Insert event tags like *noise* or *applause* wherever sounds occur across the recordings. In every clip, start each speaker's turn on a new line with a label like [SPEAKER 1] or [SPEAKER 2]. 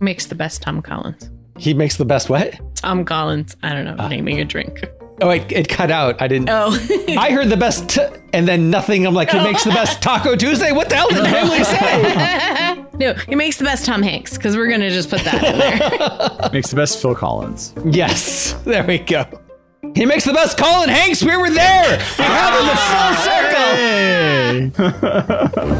[SPEAKER 1] Makes the best Tom Collins.
[SPEAKER 2] He makes the best what?
[SPEAKER 1] Tom Collins. I don't know. naming a drink.
[SPEAKER 2] Oh, it, it cut out. I didn't.
[SPEAKER 1] Oh, *laughs*
[SPEAKER 2] I heard the best t- and then nothing. I'm like, he makes the best Taco Tuesday. What the hell did Emily say?
[SPEAKER 1] no. He makes the best Tom Hanks because we're gonna just put that in there.
[SPEAKER 3] Makes the best Phil Collins.
[SPEAKER 2] yes, there we go. He makes the best Colin Hanks. We were there. We have him in the full circle.
[SPEAKER 3] Hey!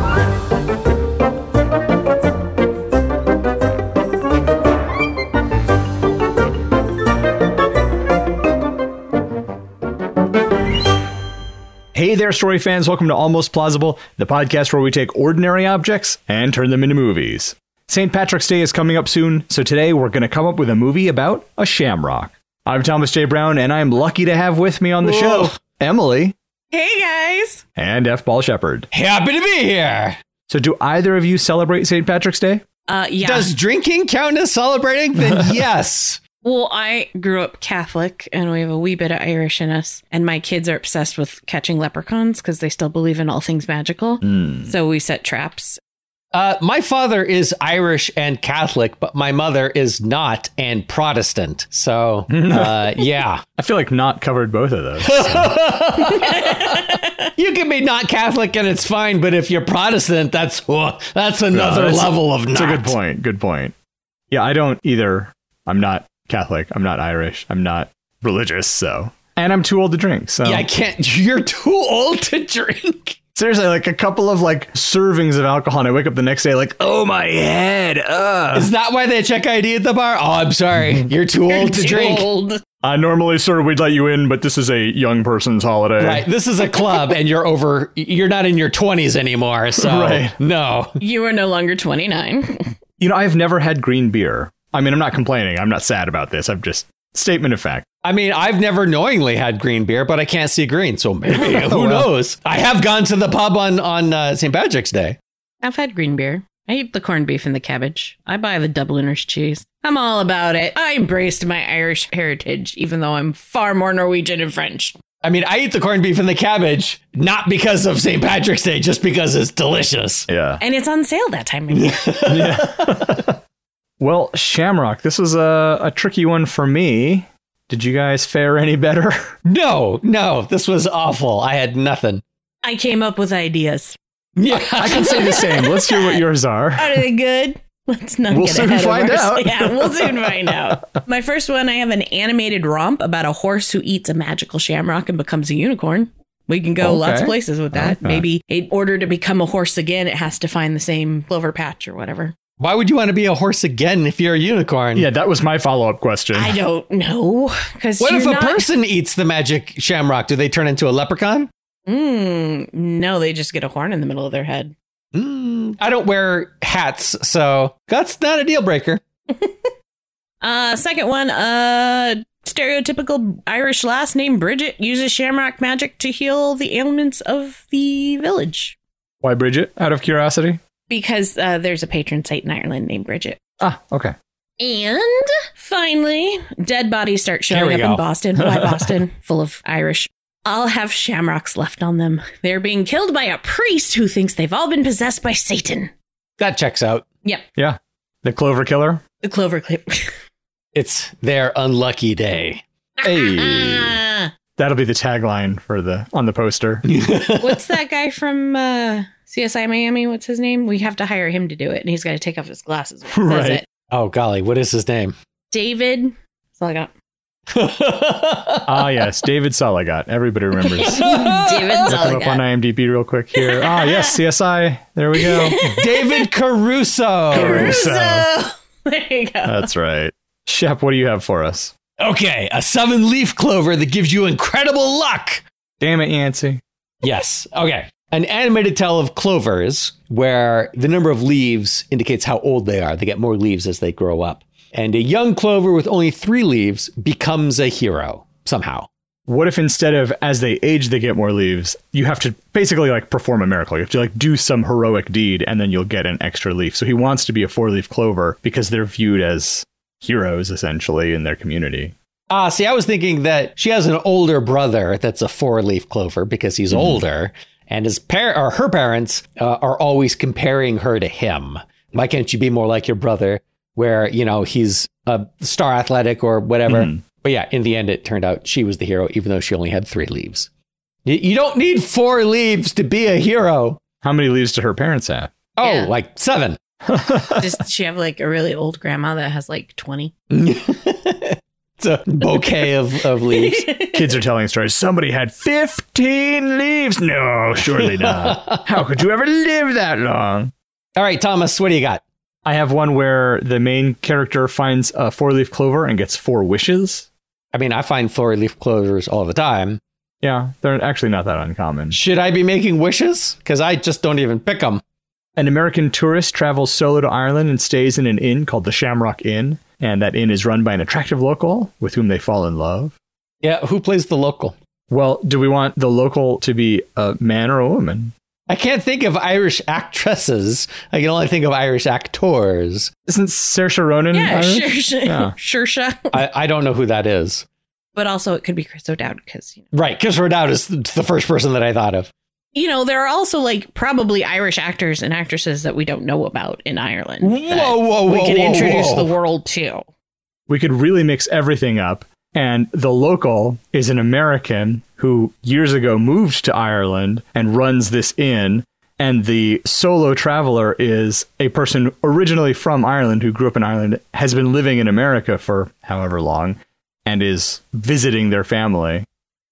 [SPEAKER 3] Hey there, story fans. Welcome to Almost Plausible, the podcast where we take ordinary objects and turn them into movies. St. Patrick's Day is coming up soon, so today we're going to come up with a movie about a shamrock. I'm Thomas J. Brown, and I'm lucky to have with me on the
[SPEAKER 2] Whoa.
[SPEAKER 3] show Emily
[SPEAKER 1] *laughs* hey guys.
[SPEAKER 3] and F. Ball Shepherd.
[SPEAKER 2] Happy to be here.
[SPEAKER 3] So, do either of you celebrate St. Patrick's Day?
[SPEAKER 1] Uh, yeah.
[SPEAKER 2] Does drinking count as celebrating? Then yes.
[SPEAKER 1] Well, I grew up Catholic and we have a wee bit of Irish in us. And my kids are obsessed with catching leprechauns because they still believe in all things magical.
[SPEAKER 2] Hmm.
[SPEAKER 1] So we set traps.
[SPEAKER 2] Uh, my father is Irish and Catholic, but my mother is not and Protestant. So, uh, yeah.
[SPEAKER 3] I feel like not covered both of those.
[SPEAKER 2] You can be not Catholic and it's fine, but if you're Protestant, that's oh, that's another
[SPEAKER 3] that's-
[SPEAKER 2] level of
[SPEAKER 3] It's
[SPEAKER 2] not.
[SPEAKER 3] a *laughs* good point. Good point. Yeah, I don't either. I'm not Catholic. I'm not Irish. I'm not religious. So, and I'm too old to drink. So,
[SPEAKER 2] Yeah, I can't. You're too old to drink.
[SPEAKER 3] seriously, like a couple of like servings of alcohol, and I wake up the next day like, oh my head. Uh.
[SPEAKER 2] Is that why they check ID at the bar? Oh, I'm sorry. You're too old to drink.
[SPEAKER 1] Old.
[SPEAKER 3] Uh, normally, sir, we'd let you in, but this is a young person's holiday.
[SPEAKER 2] Right. This is a club, and you're over. You're not in your 20s anymore. So
[SPEAKER 3] Right.
[SPEAKER 2] no.
[SPEAKER 1] You are no longer *laughs* 29.
[SPEAKER 3] You know, I've never had green beer. I mean, I'm not complaining. I'm not sad about this. I'm just statement of fact.
[SPEAKER 2] I mean, I've never knowingly had green beer, but I can't see green, so
[SPEAKER 3] *laughs*
[SPEAKER 2] maybe who knows? I have gone to the pub on on uh, St. Patrick's Day.
[SPEAKER 1] I've had green beer. I eat the corned beef and the cabbage. I buy the Dubliner's cheese. I'm all about it. I embraced my Irish heritage, even though I'm far more Norwegian and French.
[SPEAKER 2] I mean, I eat the corned beef and the cabbage not because of St. Patrick's Day, just because it's delicious.
[SPEAKER 3] Yeah.
[SPEAKER 1] And it's on sale that time of year.
[SPEAKER 3] Well, Shamrock, this was a, a tricky one for me. Did you guys fare any better? *laughs*
[SPEAKER 2] No, no, this was awful. I had nothing.
[SPEAKER 1] I came up with ideas.
[SPEAKER 2] Yeah,
[SPEAKER 3] I can say the same. Let's hear what yours are.
[SPEAKER 1] Are they good? *laughs* Let's not
[SPEAKER 3] We'll
[SPEAKER 1] get
[SPEAKER 3] soon
[SPEAKER 1] ahead of
[SPEAKER 3] find
[SPEAKER 1] ourselves.
[SPEAKER 3] out.
[SPEAKER 1] Yeah, we'll
[SPEAKER 3] *laughs*
[SPEAKER 1] soon find out. My first one, I have an animated romp about a horse who eats a magical shamrock and becomes a unicorn. We can go lots of
[SPEAKER 3] Okay.
[SPEAKER 1] places with that.
[SPEAKER 3] like that.
[SPEAKER 1] Maybe in order to become a horse again, it has to find the same clover patch or whatever.
[SPEAKER 2] *laughs* Why would you want to be a horse again if you're a unicorn?
[SPEAKER 3] Yeah, that was my follow up question.
[SPEAKER 1] I don't know because
[SPEAKER 2] What if a
[SPEAKER 1] not,
[SPEAKER 2] person eats the magic shamrock? Do they turn into a leprechaun?
[SPEAKER 1] Mm, no, they just get a horn in the middle of their head.
[SPEAKER 2] Mm, I don't wear hats, so that's not a deal breaker.
[SPEAKER 1] Uh, second one, uh, stereotypical Irish last name Bridget uses shamrock magic to heal the ailments of the village
[SPEAKER 3] Why, Bridget? Out of curiosity?
[SPEAKER 1] because uh, there's a patron saint in Ireland named Bridget.
[SPEAKER 3] Ah, okay.
[SPEAKER 1] And finally, dead bodies start
[SPEAKER 2] There
[SPEAKER 1] showing
[SPEAKER 2] we
[SPEAKER 1] up
[SPEAKER 2] go.
[SPEAKER 1] in Boston.
[SPEAKER 2] *laughs*
[SPEAKER 1] Why Boston? Full of Irish. I'll have shamrocks left on them. They're being killed by a priest who thinks they've all been possessed by Satan.
[SPEAKER 2] That checks out.
[SPEAKER 1] Yep,
[SPEAKER 3] Yeah. The Clover Killer?
[SPEAKER 1] the clover clip.
[SPEAKER 2] It's their unlucky day.
[SPEAKER 3] Hey.
[SPEAKER 1] Ah,
[SPEAKER 3] That'll be the tagline for the on the poster.
[SPEAKER 1] what's that guy from uh, CSI Miami? What's his name? We have to hire him to do it, and he's got to take off his glasses. When he says
[SPEAKER 3] Right.
[SPEAKER 1] it.
[SPEAKER 2] *laughs* Oh golly, what is his name?
[SPEAKER 1] David. That's all I got.
[SPEAKER 3] ah, yes. David Soligot. Everybody remembers.
[SPEAKER 1] *laughs*
[SPEAKER 3] Look
[SPEAKER 1] David. That's all
[SPEAKER 3] him
[SPEAKER 1] I
[SPEAKER 3] up on
[SPEAKER 1] got.
[SPEAKER 3] IMDb real quick here. Ah, yes. CSI. There we go.
[SPEAKER 2] *laughs* David Caruso.
[SPEAKER 3] Caruso.
[SPEAKER 1] *laughs* There you go.
[SPEAKER 3] That's right. Shep, what do you have for us?
[SPEAKER 2] Okay, a seven leaf clover that gives you incredible luck.
[SPEAKER 3] Damn it, Yancy.
[SPEAKER 2] Yes. Okay. An animated tale of clovers where the number of leaves indicates how old they are. They get more leaves as they grow up. And a young clover with only three leaves becomes a hero somehow.
[SPEAKER 3] What if instead of as they age they get more leaves, you have to basically like perform a miracle. You have to like do some heroic deed and then you'll get an extra leaf. So he wants to be a four-leaf clover because they're viewed as heroes essentially in their community.
[SPEAKER 2] Ah, see, I was thinking that she has an older brother that's a four leaf clover because he's older. And his par- or her parents uh, are always comparing her to him. Why can't you be more like your brother? Where, you know, he's a star athletic or whatever. But yeah, in the end, it turned out she was the hero, even though she only had three leaves. Y- You don't need four leaves to be a hero.
[SPEAKER 3] How many leaves do her parents have?
[SPEAKER 2] Oh,
[SPEAKER 1] Yeah.
[SPEAKER 2] like seven.
[SPEAKER 1] Does she have like a really old grandma that has like 20?
[SPEAKER 2] It's a bouquet of, of leaves.
[SPEAKER 3] Kids are telling stories. Somebody had 15 leaves. No, surely *laughs* not. How could you ever live that long?
[SPEAKER 2] All right, Thomas, what do you got?
[SPEAKER 3] I have one where the main character finds a four leaf clover and gets four wishes.
[SPEAKER 2] I mean, I find four leaf clovers all the time.
[SPEAKER 3] Yeah, they're actually not that uncommon.
[SPEAKER 2] Should I be making wishes? Because I just don't even pick them.
[SPEAKER 3] An American tourist travels solo to Ireland and stays in an inn called the Shamrock Inn, and that inn is run by an attractive local with whom they fall in love.
[SPEAKER 2] Yeah, who plays the local?
[SPEAKER 3] Well, do we want the local to be a man or a woman?
[SPEAKER 2] I can't think of Irish actresses. I can only think of Irish actors.
[SPEAKER 3] Isn't Saoirse Ronan?
[SPEAKER 1] yeah,
[SPEAKER 3] Irish?
[SPEAKER 1] sure, sure,
[SPEAKER 3] Yeah.
[SPEAKER 1] *laughs* sure, sure.
[SPEAKER 2] I, I don't know who that is.
[SPEAKER 1] But also, it could be Chris O'Dowd because you know,
[SPEAKER 2] Right, Chris O'Dowd is th- the first person that I thought of.
[SPEAKER 1] you know there are also like probably Irish actors and actresses that we don't know about in Ireland. that
[SPEAKER 2] Whoa, whoa,
[SPEAKER 1] we
[SPEAKER 2] whoa,
[SPEAKER 1] could
[SPEAKER 2] whoa,
[SPEAKER 1] introduce
[SPEAKER 2] whoa.
[SPEAKER 1] the world to.
[SPEAKER 3] We could really mix everything up. And the local is an American who years ago moved to Ireland and runs this inn. And the solo traveler is a person originally from Ireland who grew up in Ireland, has been living in America for however long, and is visiting their family.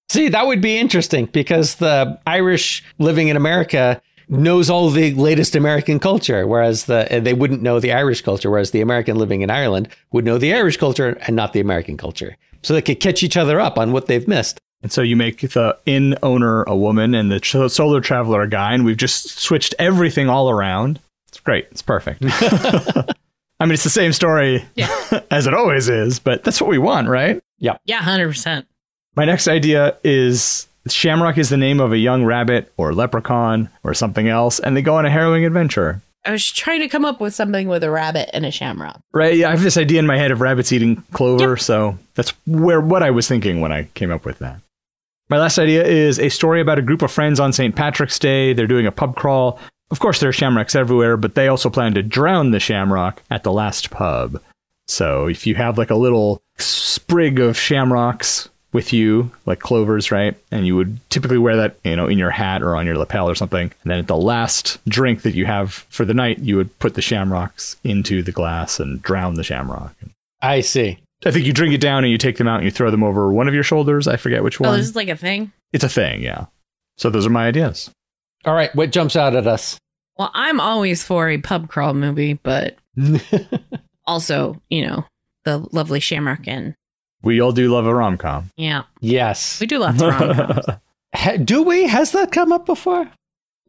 [SPEAKER 2] See, that would be interesting because the Irish living in America knows all the latest American culture, whereas the and they wouldn't know the Irish culture, whereas the American living in Ireland would know the Irish culture and not the American culture. So they could catch each other up on what they've missed.
[SPEAKER 3] And so you make the inn owner a woman and the ch- solo traveler a guy, and we've just switched everything all around. It's great. It's perfect. I mean, it's the same story *laughs* as it always is, but that's what we want, right?
[SPEAKER 1] Yeah, hundred percent.
[SPEAKER 3] My next idea is Shamrock is the name of a young rabbit or leprechaun or something else, and they go on a harrowing adventure.
[SPEAKER 1] I was trying to come up with something with a rabbit and a shamrock.
[SPEAKER 3] Right? Yeah, I have this idea in my head of rabbits eating clover, so that's where what I was thinking when I came up with that. My last idea is a story about a group of friends on St. Patrick's Day. They're doing a pub crawl. Of course, there are shamrocks everywhere, but they also plan to drown the shamrock at the last pub. So if you have like a little sprig of shamrocks with you, like clovers, right? And you would typically wear that, you know, in your hat or on your lapel or something. And then at the last drink that you have for the night, you would put the shamrocks into the glass and drown the shamrock.
[SPEAKER 2] I see.
[SPEAKER 3] I think you drink it down and you take them out and you throw them over one of your shoulders. I forget which one.
[SPEAKER 1] Oh, this is like a thing.
[SPEAKER 3] It's a thing, yeah. So those are my ideas.
[SPEAKER 2] All right, what jumps out at us? *laughs*
[SPEAKER 1] Well, I'm always for a pub crawl movie, but also you know the lovely shamrock and
[SPEAKER 3] We all do love a rom com.
[SPEAKER 1] yeah,
[SPEAKER 2] yes.
[SPEAKER 1] we do lots of rom-coms.
[SPEAKER 3] *laughs*
[SPEAKER 2] Ha- Do we? Has that come up before?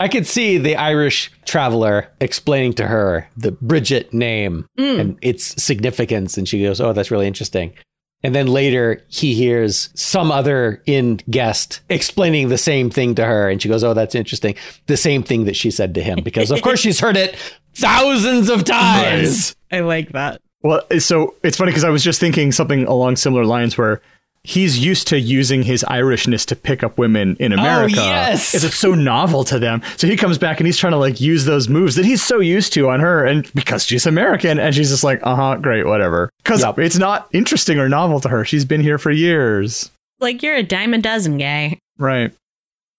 [SPEAKER 2] I could see the Irish traveler explaining to her the Bridget name
[SPEAKER 1] Mm.
[SPEAKER 2] and its significance. And she goes, Oh, that's really interesting. And then later he hears some other in guest explaining the same thing to her. And she goes, Oh, that's interesting. The same thing that she said to him, because of course she's heard it thousands of times.
[SPEAKER 1] I like that.
[SPEAKER 3] Well, so it's funny because I was just thinking something along similar lines where he's used to using his Irishness to pick up women in America.
[SPEAKER 2] yes.
[SPEAKER 3] It's, it's so novel to them. So he comes back and he's trying to like use those moves that he's so used to on her and because she's American and she's just like, uh huh, great, whatever. Because
[SPEAKER 2] Yep.
[SPEAKER 3] it's not interesting or novel to her. She's been here for years.
[SPEAKER 1] Like you're a dime a dozen guy.
[SPEAKER 3] Right.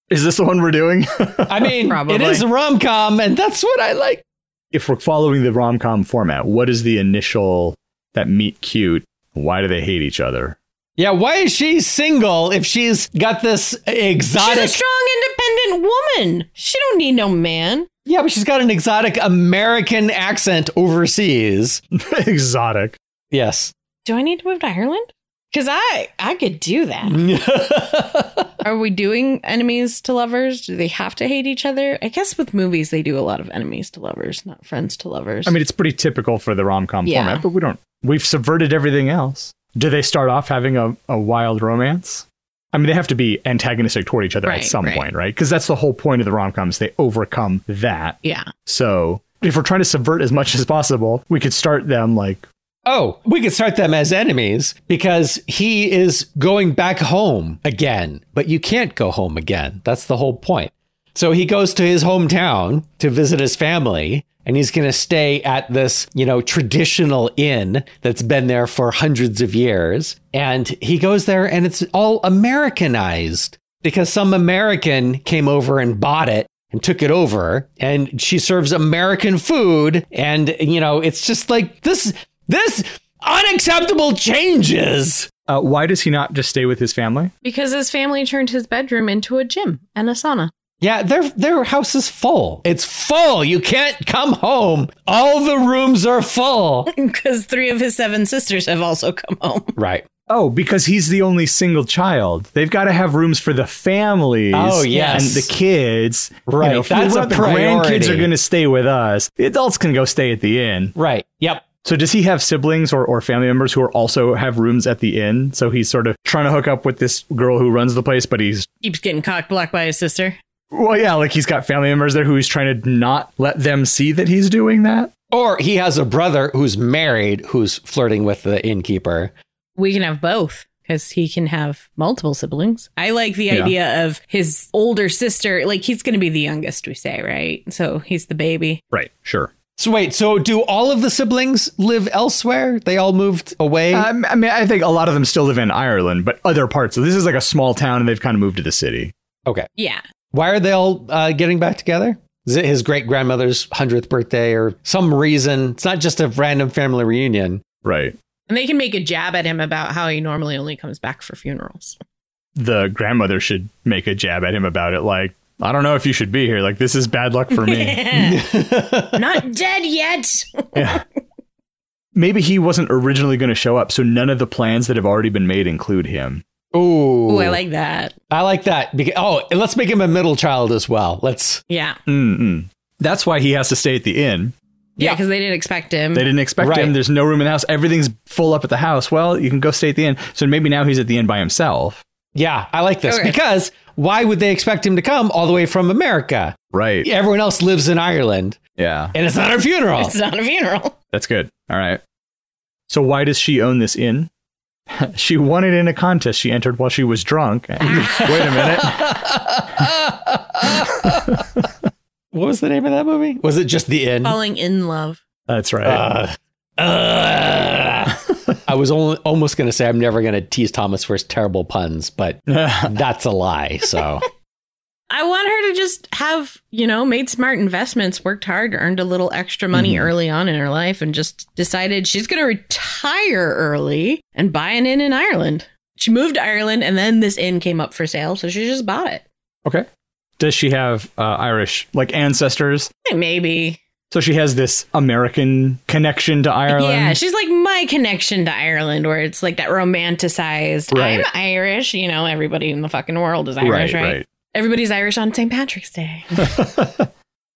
[SPEAKER 3] Is this the one we're doing? *laughs*
[SPEAKER 1] *laughs*
[SPEAKER 2] I mean,
[SPEAKER 1] Probably.
[SPEAKER 2] it is a rom com, and that's what I like.
[SPEAKER 3] if we're following the rom com format, what is the initial that meet cute? Why do they hate each other? *laughs*
[SPEAKER 2] Yeah, why is she single if she's got this
[SPEAKER 1] She's a
[SPEAKER 2] exotic?
[SPEAKER 1] strong, independent woman. She don't need no man.
[SPEAKER 2] yeah, but she's got an exotic American accent overseas.
[SPEAKER 3] Exotic.
[SPEAKER 2] Yes.
[SPEAKER 1] Do I need to move to Ireland? Because I I could do
[SPEAKER 3] Mm.
[SPEAKER 1] that.
[SPEAKER 2] yeah,
[SPEAKER 1] Are we doing enemies to lovers? Do they have to hate each other? I guess with movies they do a lot of enemies to lovers, not friends to lovers.
[SPEAKER 3] I mean, it's pretty typical for the rom com
[SPEAKER 1] Yeah.
[SPEAKER 3] format, but we don't, we've subverted everything else. Do they start off having a, a wild romance? I mean, they have to be antagonistic toward each other
[SPEAKER 1] Right,
[SPEAKER 3] at some
[SPEAKER 1] right.
[SPEAKER 3] point, right? Because that's the whole point of the rom coms. They overcome that.
[SPEAKER 1] yeah.
[SPEAKER 3] So if we're trying to subvert as much as possible, we could start them like,
[SPEAKER 2] Oh, we could start them as enemies because he is going back home again, but you can't go home again. That's the whole point. So he goes to his hometown to visit his family, and he's going to stay at this, you know, traditional inn that's been there for hundreds of years. And he goes there, and it's all Americanized because some American came over and bought it and took it over and she serves American food and you know it's just like this this unacceptable changes
[SPEAKER 3] Uh, why does he not just stay with his family?
[SPEAKER 1] Because his family turned his bedroom into a gym and a *laughs* sauna.
[SPEAKER 2] yeah their their house is full it's full you can't come home all the rooms
[SPEAKER 1] *laughs*
[SPEAKER 2] are full
[SPEAKER 1] Because three of his seven sisters have also come home.
[SPEAKER 2] right
[SPEAKER 3] Oh, because he's the only single child. They've got to have rooms for the families.
[SPEAKER 2] Oh, yes.
[SPEAKER 3] and the kids.
[SPEAKER 2] Right,
[SPEAKER 3] if
[SPEAKER 2] that's
[SPEAKER 3] we're-
[SPEAKER 2] a
[SPEAKER 3] the grandkids are
[SPEAKER 2] priority.
[SPEAKER 3] going to stay with us. The adults can go stay at the inn.
[SPEAKER 2] right yep
[SPEAKER 3] So does he have siblings or, or family members who are also have rooms at the inn? So he's sort of trying to hook up with this girl who runs the place, but he's
[SPEAKER 1] *laughs* Keeps getting cock blocked by his sister.
[SPEAKER 3] well, yeah, like he's got family members there who he's trying to not let them see that he's doing that.
[SPEAKER 2] or he has a brother who's married who's flirting with the innkeeper
[SPEAKER 1] We can have both because he can have multiple siblings. I like the
[SPEAKER 3] Yeah.
[SPEAKER 1] idea of his older sister. Like, he's going to be the youngest, we say, right? So he's the baby.
[SPEAKER 3] Right. Sure.
[SPEAKER 2] so wait so do all of the siblings live elsewhere they all moved away
[SPEAKER 1] Uh,
[SPEAKER 3] Um, I mean, I think a lot of them still live in Ireland, but other parts. So this is like a small town, and they've kind of moved to the city.
[SPEAKER 2] okay
[SPEAKER 1] Yeah.
[SPEAKER 2] Why are they all uh, getting back together? Is it his great grandmother's 100th birthday or some reason? It's not just a random family reunion. *laughs*
[SPEAKER 3] Right.
[SPEAKER 1] And they can make a jab at him about how he normally only comes back for funerals.
[SPEAKER 3] The grandmother should make a jab at him about it, like, I don't know if you should be here. Like, this is bad luck
[SPEAKER 1] *laughs*
[SPEAKER 3] for *laughs* me.
[SPEAKER 1] Not dead yet.
[SPEAKER 3] yeah. Maybe he wasn't originally going to show up, so none of the plans that have already been made include him.
[SPEAKER 2] Ooh.
[SPEAKER 1] Oh, I like that.
[SPEAKER 2] I like that. Because, oh, and let's make him a middle child as well. Let's.
[SPEAKER 1] Yeah.
[SPEAKER 3] Mm-mm. That's why he has to stay at the inn.
[SPEAKER 1] Yeah,
[SPEAKER 2] Yeah.
[SPEAKER 1] because they didn't expect him.
[SPEAKER 3] They didn't expect
[SPEAKER 2] Right.
[SPEAKER 3] him. There's no room in the house. Everything's full up at the house. Well, you can go stay at the inn. So maybe now he's at the inn by himself.
[SPEAKER 2] Yeah, I like this
[SPEAKER 1] Okay.
[SPEAKER 2] because why would they expect him to come all the way from America?
[SPEAKER 3] Right.
[SPEAKER 2] Everyone else lives in Ireland
[SPEAKER 3] Yeah.
[SPEAKER 2] and it's not our funeral.
[SPEAKER 1] It's not a funeral.
[SPEAKER 3] That's good. All right. So why does she own this inn? *laughs* she won it in a contest she entered while she
[SPEAKER 1] *laughs*
[SPEAKER 3] was drunk. Wait a minute.
[SPEAKER 2] what was the name of that movie? Was it just The Inn?
[SPEAKER 1] Falling in love.
[SPEAKER 3] That's right.
[SPEAKER 2] Uh, uh. I was only, almost going to say I'm never going to tease Thomas for his terrible puns, but
[SPEAKER 3] Uh.
[SPEAKER 2] that's a lie.
[SPEAKER 1] *laughs*
[SPEAKER 2] So
[SPEAKER 1] I want her to just have, you know, made smart investments, worked hard, earned a little extra money early on in her life, and just decided she's going to retire early and buy an inn in Ireland. She moved to Ireland and then this inn came up for sale. So she just bought it.
[SPEAKER 3] okay. *laughs* Does she have uh, Irish like ancestors?
[SPEAKER 1] Maybe.
[SPEAKER 3] So she has this American connection to Ireland.
[SPEAKER 1] Yeah, she's like my connection to Ireland, where it's like that romanticized.
[SPEAKER 3] Right.
[SPEAKER 1] I'm Irish. You know, everybody in the fucking world is Irish, right? Everybody's Irish on St. Patrick's Day.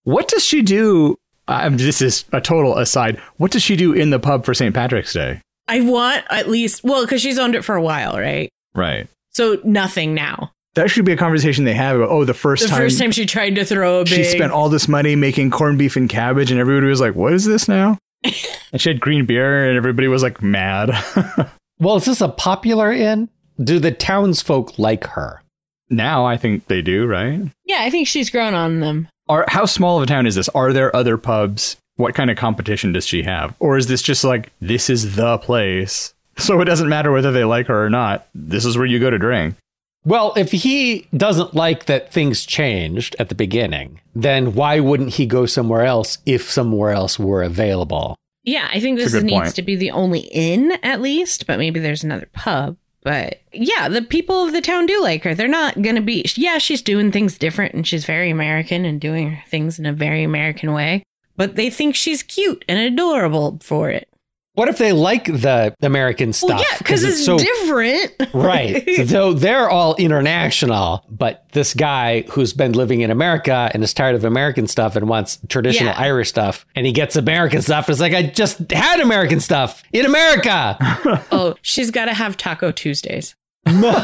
[SPEAKER 3] What does she do? Um, this is a total aside. What does she do in the pub for St. Patrick's Day?
[SPEAKER 1] I want at least, well, because she's owned it for a while, right?
[SPEAKER 3] Right.
[SPEAKER 1] So nothing now.
[SPEAKER 3] That should be a conversation they have about, oh, the first
[SPEAKER 1] The
[SPEAKER 3] time.
[SPEAKER 1] first time she tried to throw a
[SPEAKER 3] she
[SPEAKER 1] big.
[SPEAKER 3] spent all this money making corned beef and cabbage, and everybody was like, "What is this now?" *laughs* and she had green beer, and everybody was like mad. *laughs*
[SPEAKER 2] well, is this a popular inn? Do the townsfolk like her?
[SPEAKER 3] now I think they do, right?
[SPEAKER 1] yeah, I think she's grown on them.
[SPEAKER 3] Are how small of a town is this? Are there other pubs? What kind of competition does she have, or is this just like this is the place? So it doesn't matter whether they like her or not. This is where you go to drink.
[SPEAKER 2] Well, if he doesn't like that things changed at the beginning, then why wouldn't he go somewhere else if somewhere else were available?
[SPEAKER 1] Yeah, I think
[SPEAKER 3] It's
[SPEAKER 1] this
[SPEAKER 3] a good
[SPEAKER 1] needs
[SPEAKER 3] point.
[SPEAKER 1] to be the only inn at least, but maybe there's another pub. But yeah, the people of the town do like her. They're not going to be, yeah, she's doing things different and she's very American and doing her things in a very American way, but they think she's cute and adorable for it.
[SPEAKER 2] What if they like the American stuff?
[SPEAKER 1] Well, yeah, because it's,
[SPEAKER 2] so
[SPEAKER 1] different.
[SPEAKER 2] Right. so they're all international, but this guy who's been living in America and is tired of American stuff and wants traditional
[SPEAKER 1] Yeah.
[SPEAKER 2] Irish stuff, and he gets American stuff. It's like I just had American stuff in America.
[SPEAKER 1] *laughs*
[SPEAKER 2] *laughs*
[SPEAKER 1] oh, she's got to have Taco Tuesdays.
[SPEAKER 2] Where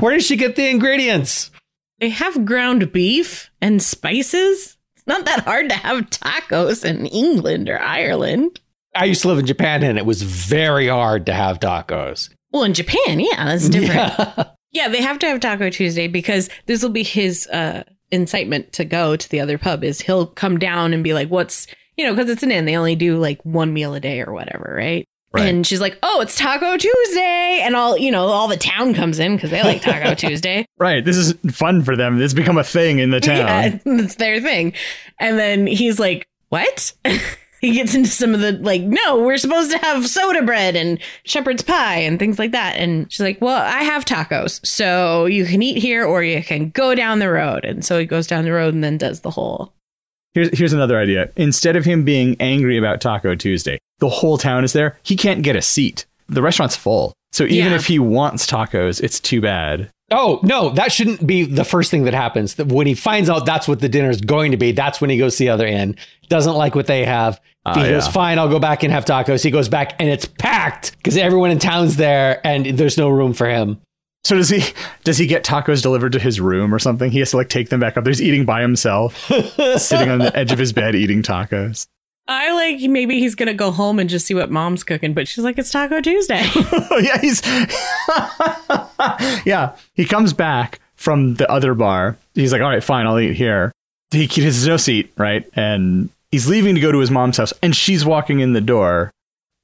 [SPEAKER 2] does she get the ingredients?
[SPEAKER 1] They have ground beef and spices. It's not that hard to have tacos in England or Ireland.
[SPEAKER 2] I used to live in Japan, and it was very hard to have tacos.
[SPEAKER 1] Well, in Japan, yeah, that's different.
[SPEAKER 2] Yeah.
[SPEAKER 1] Yeah, they have to have Taco Tuesday because this will be his uh incitement to go to the other pub is he'll come down and be like, what's, you know, because it's an inn, they only do like one meal a day or whatever, right?
[SPEAKER 3] Right.
[SPEAKER 1] And she's like, oh, it's Taco Tuesday. And all, you know, all the town comes in because they like Taco Tuesday.
[SPEAKER 3] Right. This is fun for them. This has become a thing in the town.
[SPEAKER 1] *laughs* Yeah, it's their thing. And then he's like, What? *laughs* he gets into some of the like, no, we're supposed to have soda bread and shepherd's pie and things like that. And she's like, Well, I have tacos. So you can eat here or you can go down the road. And so he goes down the road and then does the whole
[SPEAKER 3] Here's, here's another idea. Instead of him being angry about Taco Tuesday, the whole town is there. He can't get a seat. The restaurant's full. So even
[SPEAKER 1] Yeah.
[SPEAKER 3] if he wants tacos, it's too bad.
[SPEAKER 2] Oh, no, that shouldn't be the first thing that happens. That When he finds out that's what the dinner's going to be, that's when he goes to the other end. Doesn't like what they have.
[SPEAKER 3] Ah,
[SPEAKER 2] he goes,
[SPEAKER 3] yeah.
[SPEAKER 2] fine, I'll go back and have tacos. He goes back and it's packed because everyone in town's there and there's no room for him.
[SPEAKER 3] So does he does he get tacos delivered to his room or something? He has to like take them back up. He's eating by
[SPEAKER 1] *laughs*
[SPEAKER 3] himself, sitting on the edge of his bed eating tacos.
[SPEAKER 1] I like maybe he's gonna go home and just see what mom's cooking, but she's like, It's Taco Tuesday. *laughs*
[SPEAKER 3] *laughs* yeah, he's yeah. He comes back from the other bar. He's like, all right, fine, I'll eat here. He he has no seat, right? And he's leaving to go to his mom's house, and she's walking in the door.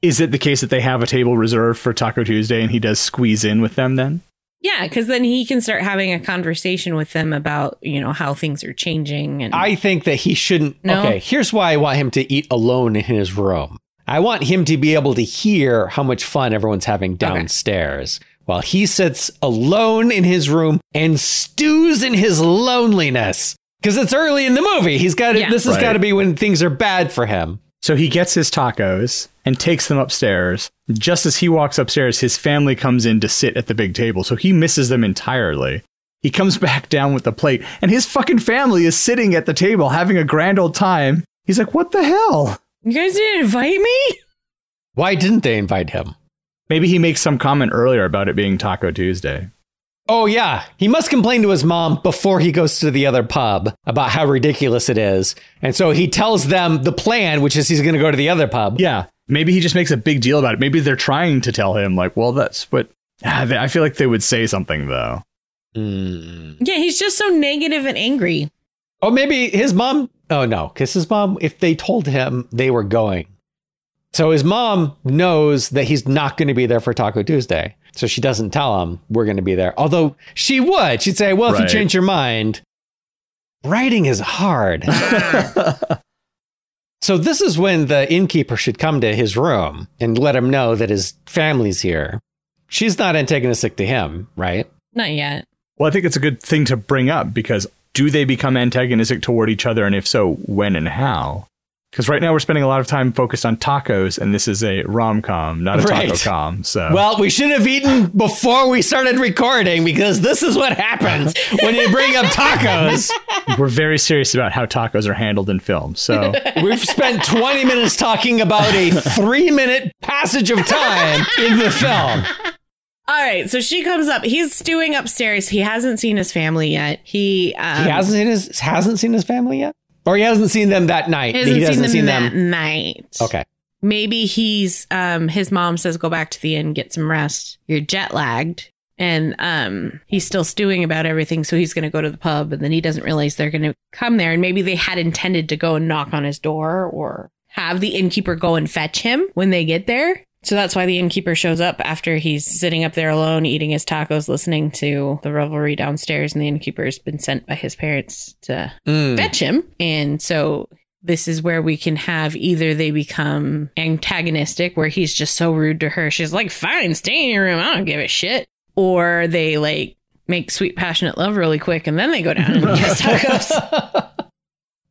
[SPEAKER 3] Is it the case that they have a table reserved for Taco Tuesday, and he does squeeze in with them then?
[SPEAKER 1] yeah, because then he can start having a conversation with them about, you know, how things are changing and
[SPEAKER 2] I think that he shouldn't.
[SPEAKER 1] No.
[SPEAKER 2] Okay, here's why I want him to eat alone in his room. I want him to be able to hear how much fun everyone's having downstairs while he sits alone in his room and stews in his loneliness. Because it's early in the movie. He's got to,
[SPEAKER 1] Yeah.
[SPEAKER 2] this has
[SPEAKER 3] Right.
[SPEAKER 2] got to be when things are bad for him.
[SPEAKER 3] So he gets his tacos and takes them upstairs. Just as he walks upstairs, his family comes in to sit at the big table, so he misses them entirely. He comes *laughs* back down with the plate, and his fucking family is sitting at the table having a grand old time. He's like, What the hell?
[SPEAKER 1] You guys didn't invite me?
[SPEAKER 2] Why didn't they invite him?
[SPEAKER 3] Maybe he makes some comment earlier about it being Taco Tuesday.
[SPEAKER 2] Oh, yeah. He must complain to his mom before he goes to the other pub about how ridiculous it is. And so he tells them the plan, which is he's going to go to the other pub.
[SPEAKER 3] Yeah, maybe he just makes a big deal about it. Maybe they're trying to tell him, like, Well, that's what. *sighs* Ah, they- I feel like they would say something, though.
[SPEAKER 2] Mm.
[SPEAKER 1] Yeah, he's just so negative and angry.
[SPEAKER 2] Oh, maybe his mom. Oh no, because his mom, if they told him they were going, so his mom knows that he's not going to be there for Taco Tuesday, so she doesn't tell him we're going to be there. Although she would, she'd say, "Well, if
[SPEAKER 3] Right.
[SPEAKER 2] you change your mind." Writing is hard. so this is when the innkeeper should come to his room and let him know that his family's here. She's not antagonistic to him, right?
[SPEAKER 1] Not yet.
[SPEAKER 3] Well, I think it's a good thing to bring up because do they become antagonistic toward each other? And if so, when and how? Because right now we're spending a lot of time focused on tacos, and this is a rom com, not a
[SPEAKER 2] Right.
[SPEAKER 3] taco
[SPEAKER 2] *laughs*
[SPEAKER 3] com. So,
[SPEAKER 2] Well, we should have eaten before we started recording because this is what happens when you bring up tacos.
[SPEAKER 3] we're very serious about how tacos are handled in film. So,
[SPEAKER 2] We've spent 20 minutes talking about a three minute passage of time in the film.
[SPEAKER 1] All right, so she comes up. He's stewing upstairs. He hasn't seen his family yet. He, um,
[SPEAKER 2] He hasn't seen his hasn't seen his family yet, or he hasn't seen them that night.
[SPEAKER 1] hasn't
[SPEAKER 2] he hasn't
[SPEAKER 1] seen,
[SPEAKER 2] seen
[SPEAKER 1] them,
[SPEAKER 2] them.
[SPEAKER 1] that night.
[SPEAKER 2] Okay.
[SPEAKER 1] Maybe he's um his mom says go back to the inn, get some rest. You're jet lagged. And um he's still stewing about everything, so he's gonna go to the pub and then he doesn't realize they're gonna come there. And maybe they had intended to go and knock on his door or have the innkeeper go and fetch him when they get there. So that's why the innkeeper shows up after he's sitting up there alone, eating his tacos, listening to the revelry downstairs, and the innkeeper has been sent by his parents to
[SPEAKER 2] Mm.
[SPEAKER 1] fetch him. And so this is where we can have either they become antagonistic, where he's just so rude to her, she's like, fine, stay in your room, I don't give a shit. Or they like make sweet, passionate love really quick and then they go down and
[SPEAKER 2] *laughs*
[SPEAKER 1] get tacos.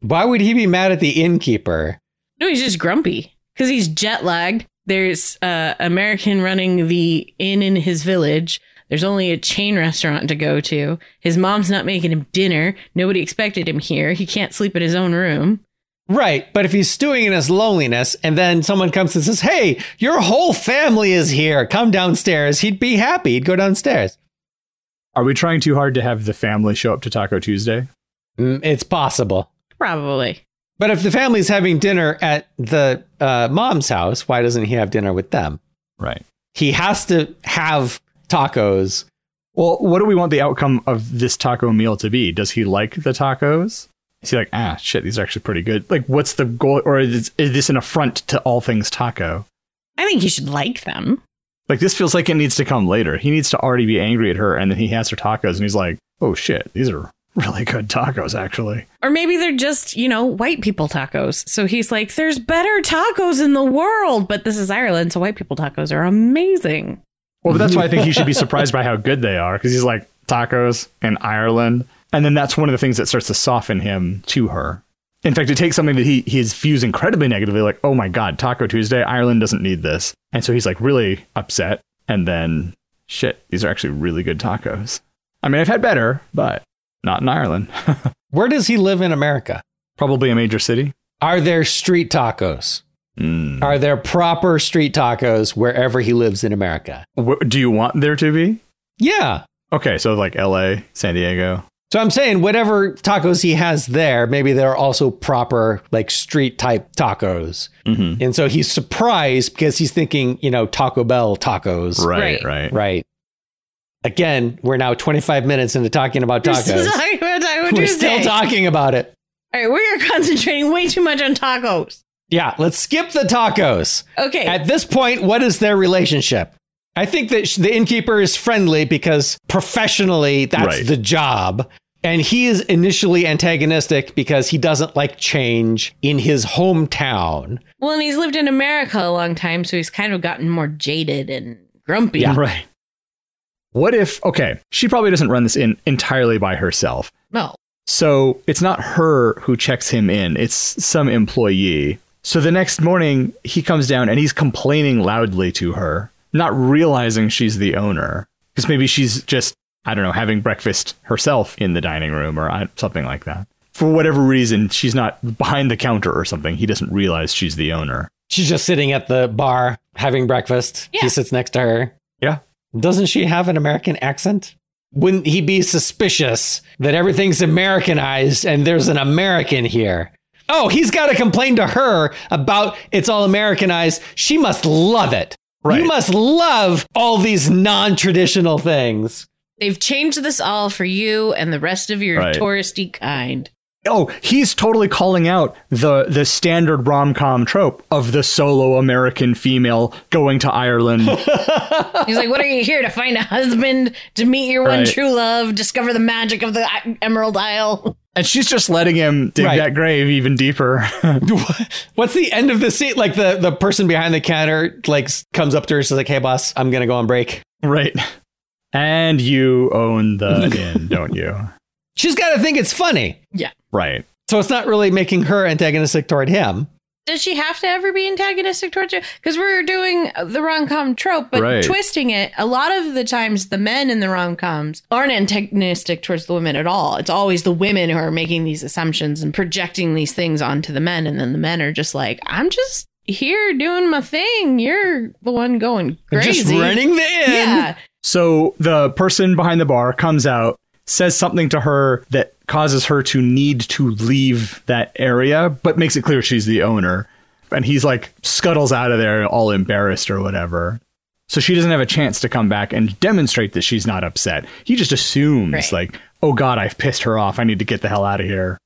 [SPEAKER 2] Why would he be mad at the innkeeper?
[SPEAKER 1] No, he's just grumpy because he's jet lagged. There's uh, American running the inn in his village. There's only a chain restaurant to go to. His mom's not making him dinner. Nobody expected him here. He can't sleep in his own room.
[SPEAKER 2] Right, but if he's stewing in his loneliness and then someone comes and says, Hey, your whole family is here, come downstairs, he'd be happy. He'd go downstairs.
[SPEAKER 3] are we trying too hard to have the family show up to Taco Tuesday?
[SPEAKER 2] Mm, it's possible.
[SPEAKER 1] Probably.
[SPEAKER 2] But if the family's having dinner at the uh, mom's house, why doesn't he have dinner with them?
[SPEAKER 3] Right.
[SPEAKER 2] He has to have tacos
[SPEAKER 3] Well, what do we want the outcome of this taco meal to be? Does he like the tacos? Is he like, ah, shit, these are actually pretty good? Like, what's the goal? Or is, is this an affront to all things taco?
[SPEAKER 1] I think he should like them.
[SPEAKER 3] Like, this feels like it needs to come later. He needs to already be angry at her, and then he has her tacos, and he's like, oh shit, these are *laughs* really good tacos, actually.
[SPEAKER 1] Or maybe they're just, you know, white people tacos. So he's like, there's better tacos in the world, but this is Ireland, so white people tacos are amazing. *laughs*
[SPEAKER 3] Well, but that's why I think he should be surprised by how good they are, because he's like, tacos in Ireland. And then that's one of the things that starts to soften him to her. In fact, it takes something that he his views incredibly negatively, like, oh my God, Taco Tuesday, Ireland doesn't need this. And so he's like really upset. And then, shit, these are actually really good tacos. I mean, I've had better, but not in Ireland. *laughs*
[SPEAKER 2] Where does he live in America?
[SPEAKER 3] Probably a major city.
[SPEAKER 2] Are there street tacos?
[SPEAKER 3] Mm.
[SPEAKER 2] Are there proper street tacos wherever he lives in America?
[SPEAKER 3] Wh- do you want there to be?
[SPEAKER 2] Yeah.
[SPEAKER 3] Okay, so like LA, San Diego.
[SPEAKER 2] So I'm saying whatever tacos he has there, maybe they're also proper like street type tacos.
[SPEAKER 3] Mm-hmm.
[SPEAKER 2] And so he's surprised because he's thinking, you know, Taco Bell tacos.
[SPEAKER 1] Right.
[SPEAKER 3] Right, right.
[SPEAKER 2] Right. Again, we're now 25 minutes into talking about
[SPEAKER 1] This is
[SPEAKER 2] tacos.
[SPEAKER 1] Ireland Taco
[SPEAKER 2] We're
[SPEAKER 1] Tuesday.
[SPEAKER 2] still talking about it.
[SPEAKER 1] All right, we are concentrating way too much on tacos.
[SPEAKER 2] Yeah, let's skip the tacos.
[SPEAKER 1] Okay.
[SPEAKER 2] At this point, what is their relationship? I think that sh- the innkeeper is friendly because professionally that's
[SPEAKER 3] Right.
[SPEAKER 2] the job. And he is initially antagonistic because he doesn't like change in his hometown.
[SPEAKER 1] well, and he's lived in America a long time, so he's kind of gotten more jaded and grumpy.
[SPEAKER 3] Right. What if, okay, she probably doesn't run this in entirely by herself.
[SPEAKER 1] No.
[SPEAKER 3] So it's not her who checks him in, it's some employee. So the next morning, he comes down and he's complaining loudly to her, not realizing she's the owner. Because maybe she's just, I don't know, having breakfast herself in the dining room or I- something like that. For whatever reason, she's not behind the counter or something. He doesn't realize she's the owner.
[SPEAKER 2] She's just sitting at the bar having breakfast.
[SPEAKER 1] Yeah.
[SPEAKER 2] He sits next to her.
[SPEAKER 3] Yeah.
[SPEAKER 2] Doesn't she have an American accent? Wouldn't he be suspicious that everything's Americanized and there's an American here? Oh, he's got to complain to her about it's all Americanized. She must love it.
[SPEAKER 3] Right.
[SPEAKER 2] You must love all these non traditional things.
[SPEAKER 3] *laughs*
[SPEAKER 1] They've changed this all for you and the rest of your
[SPEAKER 3] Right.
[SPEAKER 1] touristy kind.
[SPEAKER 3] Oh, he's totally calling out the the standard rom com trope of the solo American female going to Ireland.
[SPEAKER 1] He's like, "What are you here to find a husband, to meet your one
[SPEAKER 3] Right.
[SPEAKER 1] true love, discover the magic of the I- Emerald Isle?" *laughs*
[SPEAKER 3] and she's just letting him dig
[SPEAKER 2] Right.
[SPEAKER 3] that grave even deeper. *laughs*
[SPEAKER 2] What's the end of the scene? Like the, the person behind the counter like s- comes up to her and says like, "Hey boss, I'm gonna go on break."
[SPEAKER 3] right. And you own the inn, don't you?
[SPEAKER 2] She's got to think it's funny.
[SPEAKER 3] Right.
[SPEAKER 2] So it's not really making her antagonistic toward him.
[SPEAKER 1] Does she have to ever be antagonistic towards you? Because we're doing the rom com trope, but
[SPEAKER 3] Right.
[SPEAKER 1] twisting it. A lot of the times, the men in the rom coms aren't antagonistic towards the women at all. It's always the women who are making these assumptions and projecting these things onto the men, and then the men are just like, "I'm just here doing my thing. You're the one going
[SPEAKER 2] I'm
[SPEAKER 1] crazy."
[SPEAKER 2] Just running the inn.
[SPEAKER 1] Yeah.
[SPEAKER 3] So the person behind the bar comes out, says something to her that causes her to need to leave that area, but makes it clear she's the owner. And he's like scuttles out of there all embarrassed or whatever. So she doesn't have a chance to come back and demonstrate that she's not upset. He just assumes,
[SPEAKER 1] Right.
[SPEAKER 3] like, oh God, I've pissed her off. I need to get the hell out of here.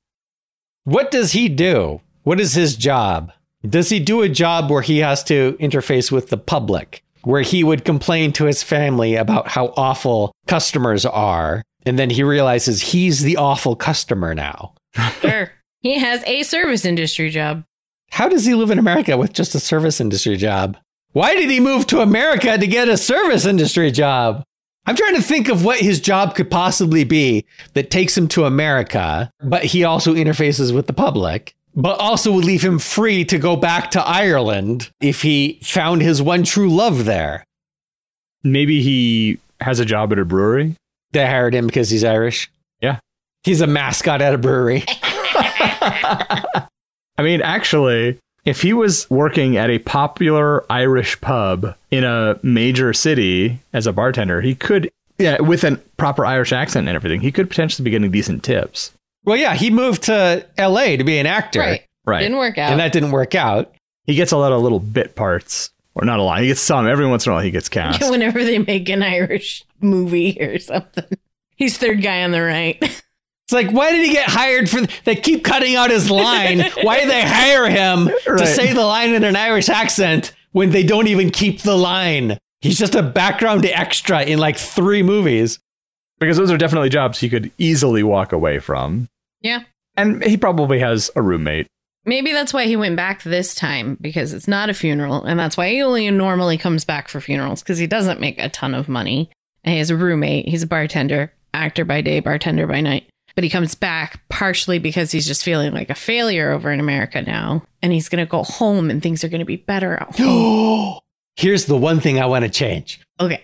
[SPEAKER 2] What does he do? What is his job? Does he do a job where he has to interface with the public, where he would complain to his family about how awful customers are? And then he realizes he's the awful customer now.
[SPEAKER 1] Sure. He has a service industry job.
[SPEAKER 2] How does he live in America with just a service industry job? Why did he move to America to get a service industry job? I'm trying to think of what his job could possibly be that takes him to America, but he also interfaces with the public, but also would leave him free to go back to Ireland if he found his one true love there.
[SPEAKER 3] Maybe he has a job at a brewery.
[SPEAKER 2] They hired him because he's Irish.
[SPEAKER 3] Yeah.
[SPEAKER 2] He's a mascot at a brewery.
[SPEAKER 3] I mean, actually, if he was working at a popular Irish pub in a major city as a bartender, he could, yeah, with a proper Irish accent and everything, he could potentially be getting decent tips.
[SPEAKER 2] well, yeah, he moved to LA to be an actor,
[SPEAKER 1] Right.
[SPEAKER 3] Right.
[SPEAKER 1] Didn't work out.
[SPEAKER 2] and that didn't work out.
[SPEAKER 3] he gets a lot of little bit parts. Or not a lot. He gets some. Every once in a while, he gets
[SPEAKER 1] *laughs*
[SPEAKER 3] cast.
[SPEAKER 1] Whenever they make an Irish movie or something, he's third guy on the right.
[SPEAKER 2] It's like, why did he get hired for? They keep cutting out his line. why did they hire him to
[SPEAKER 3] Right.
[SPEAKER 2] say the line in an Irish accent when they don't even keep the line? He's just a background extra in like three movies. *gasps*
[SPEAKER 3] Because those are definitely jobs he could easily walk away from.
[SPEAKER 1] Yeah.
[SPEAKER 3] And he probably has a roommate.
[SPEAKER 1] Maybe that's why he went back this time because it's not a funeral, and that's why he only normally comes back for funerals because he doesn't make a ton of money. And he has a roommate. He's a bartender, actor by day, bartender by night. But he comes back partially because he's just feeling like a failure over in America now, and he's gonna go home and things are gonna be better at
[SPEAKER 3] *gasps*
[SPEAKER 1] home.
[SPEAKER 2] Here's the one thing I want to change.
[SPEAKER 1] Okay,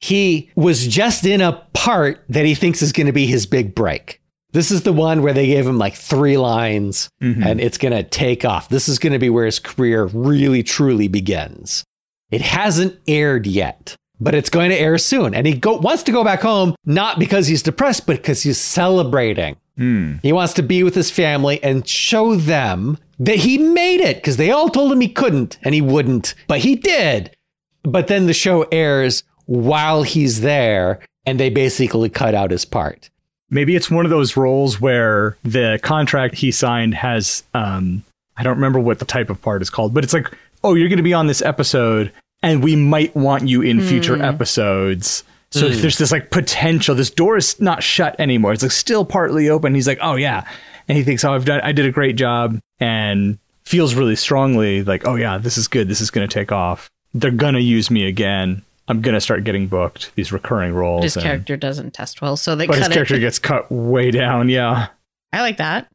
[SPEAKER 2] he was just in a part that he thinks is going to be his big break. This is the one where they gave him like three lines and it's going to take off. This is going to be where his career really truly begins. It hasn't aired yet, but it's going to air soon. And he go, wants to go back home, not because he's depressed, but because he's celebrating. He wants to be with his family and show them that he made it because they all told him he couldn't and he wouldn't, but he did. But then the show airs while he's there and they basically cut out his part.
[SPEAKER 3] Maybe it's one of those roles where the contract he signed has, um, I don't remember what the type of part is called, but it's like, oh, you're going to be on this episode and we might want you in future episodes. So there's this like potential. This door is not shut anymore. It's like still partly open. He's like, oh, yeah. And he thinks, oh, I've done, I did a great job and feels really strongly like, oh, yeah, this is good. This is going to take off. They're going to use me again. I'm going to start getting booked these recurring roles.
[SPEAKER 1] his
[SPEAKER 3] and-
[SPEAKER 1] character doesn't test well, so they
[SPEAKER 3] but
[SPEAKER 1] cut
[SPEAKER 3] his
[SPEAKER 1] it.
[SPEAKER 3] character gets cut way down. Yeah.
[SPEAKER 1] I like that.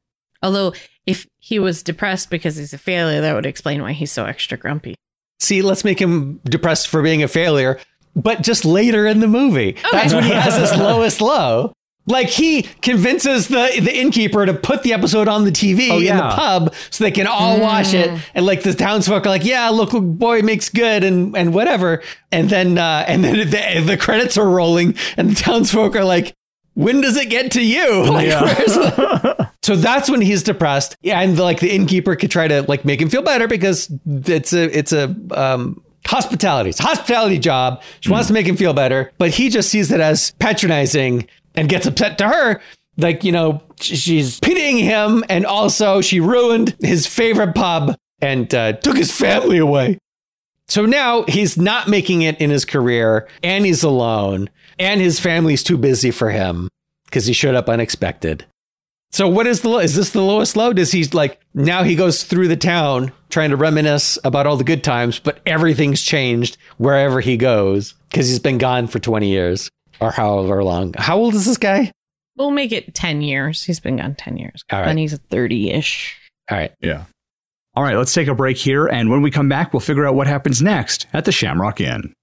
[SPEAKER 1] Although, if he was depressed because he's a failure, that would explain why he's so extra grumpy.
[SPEAKER 2] See, let's make him depressed for being a failure, but just later in the movie.
[SPEAKER 3] Oh,
[SPEAKER 2] That's when he has
[SPEAKER 3] *laughs*
[SPEAKER 2] his lowest low. Like he convinces the, the innkeeper to put the episode on the TV
[SPEAKER 3] Oh,
[SPEAKER 2] in
[SPEAKER 3] yeah. Mm.
[SPEAKER 2] the pub so they can all watch it. And like the townsfolk are like, yeah, local boy makes good and, and whatever. And then, uh, and then *laughs* the, the credits are rolling and the townsfolk are like, when does it get to you? Like, where's the, so that's when he's depressed, yeah, and like the innkeeper could try to like make him feel better because it's a it's a um, hospitality, it's a hospitality job. She wants to make him feel better, but he just sees it as patronizing and gets upset to her. Like you know, sh- she's pitying him, and also she ruined his favorite pub and uh, took his family away. So now he's not making it in his career, and he's alone, and his family's too busy for him because he showed up unexpected. So what is the low? Is this the lowest low? Does he like now he goes through the town trying to reminisce about all the good times, but everything's changed wherever he goes because he's been gone for 20 years or however long. How old is this guy?
[SPEAKER 1] We'll make it 10 years. He's been gone 10 years.
[SPEAKER 2] All right.
[SPEAKER 1] And he's 30 ish.
[SPEAKER 2] All right. *laughs*
[SPEAKER 3] Yeah. All right, let's take a break here. And when we come back, we'll figure out what happens next at the Shamrock Inn.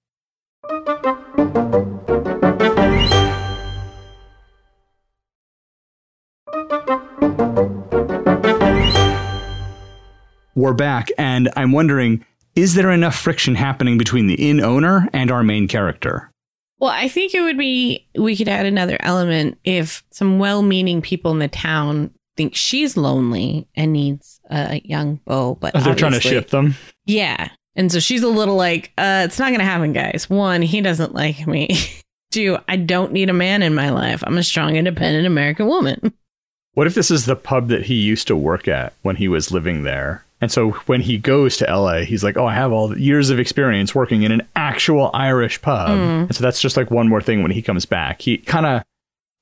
[SPEAKER 3] We're back, and I'm wondering is there enough friction happening between the inn owner and our main character?
[SPEAKER 1] Well, I think it would be, we could add another element if some well meaning people in the town think she's lonely and needs a young beau, but obviously-
[SPEAKER 3] them.
[SPEAKER 1] Yeah. And so she's a little like, uh, it's not going to happen, guys. One, he doesn't like me. *laughs* Two, I don't need a man in my life. I'm a strong, independent American woman. *laughs*
[SPEAKER 3] What if this is the pub that he used to work at when he was living there? And so when he goes to LA, he's like, "Oh, I have all the years of experience working in an actual Irish pub." And so that's just like one more thing when he comes back. He kind of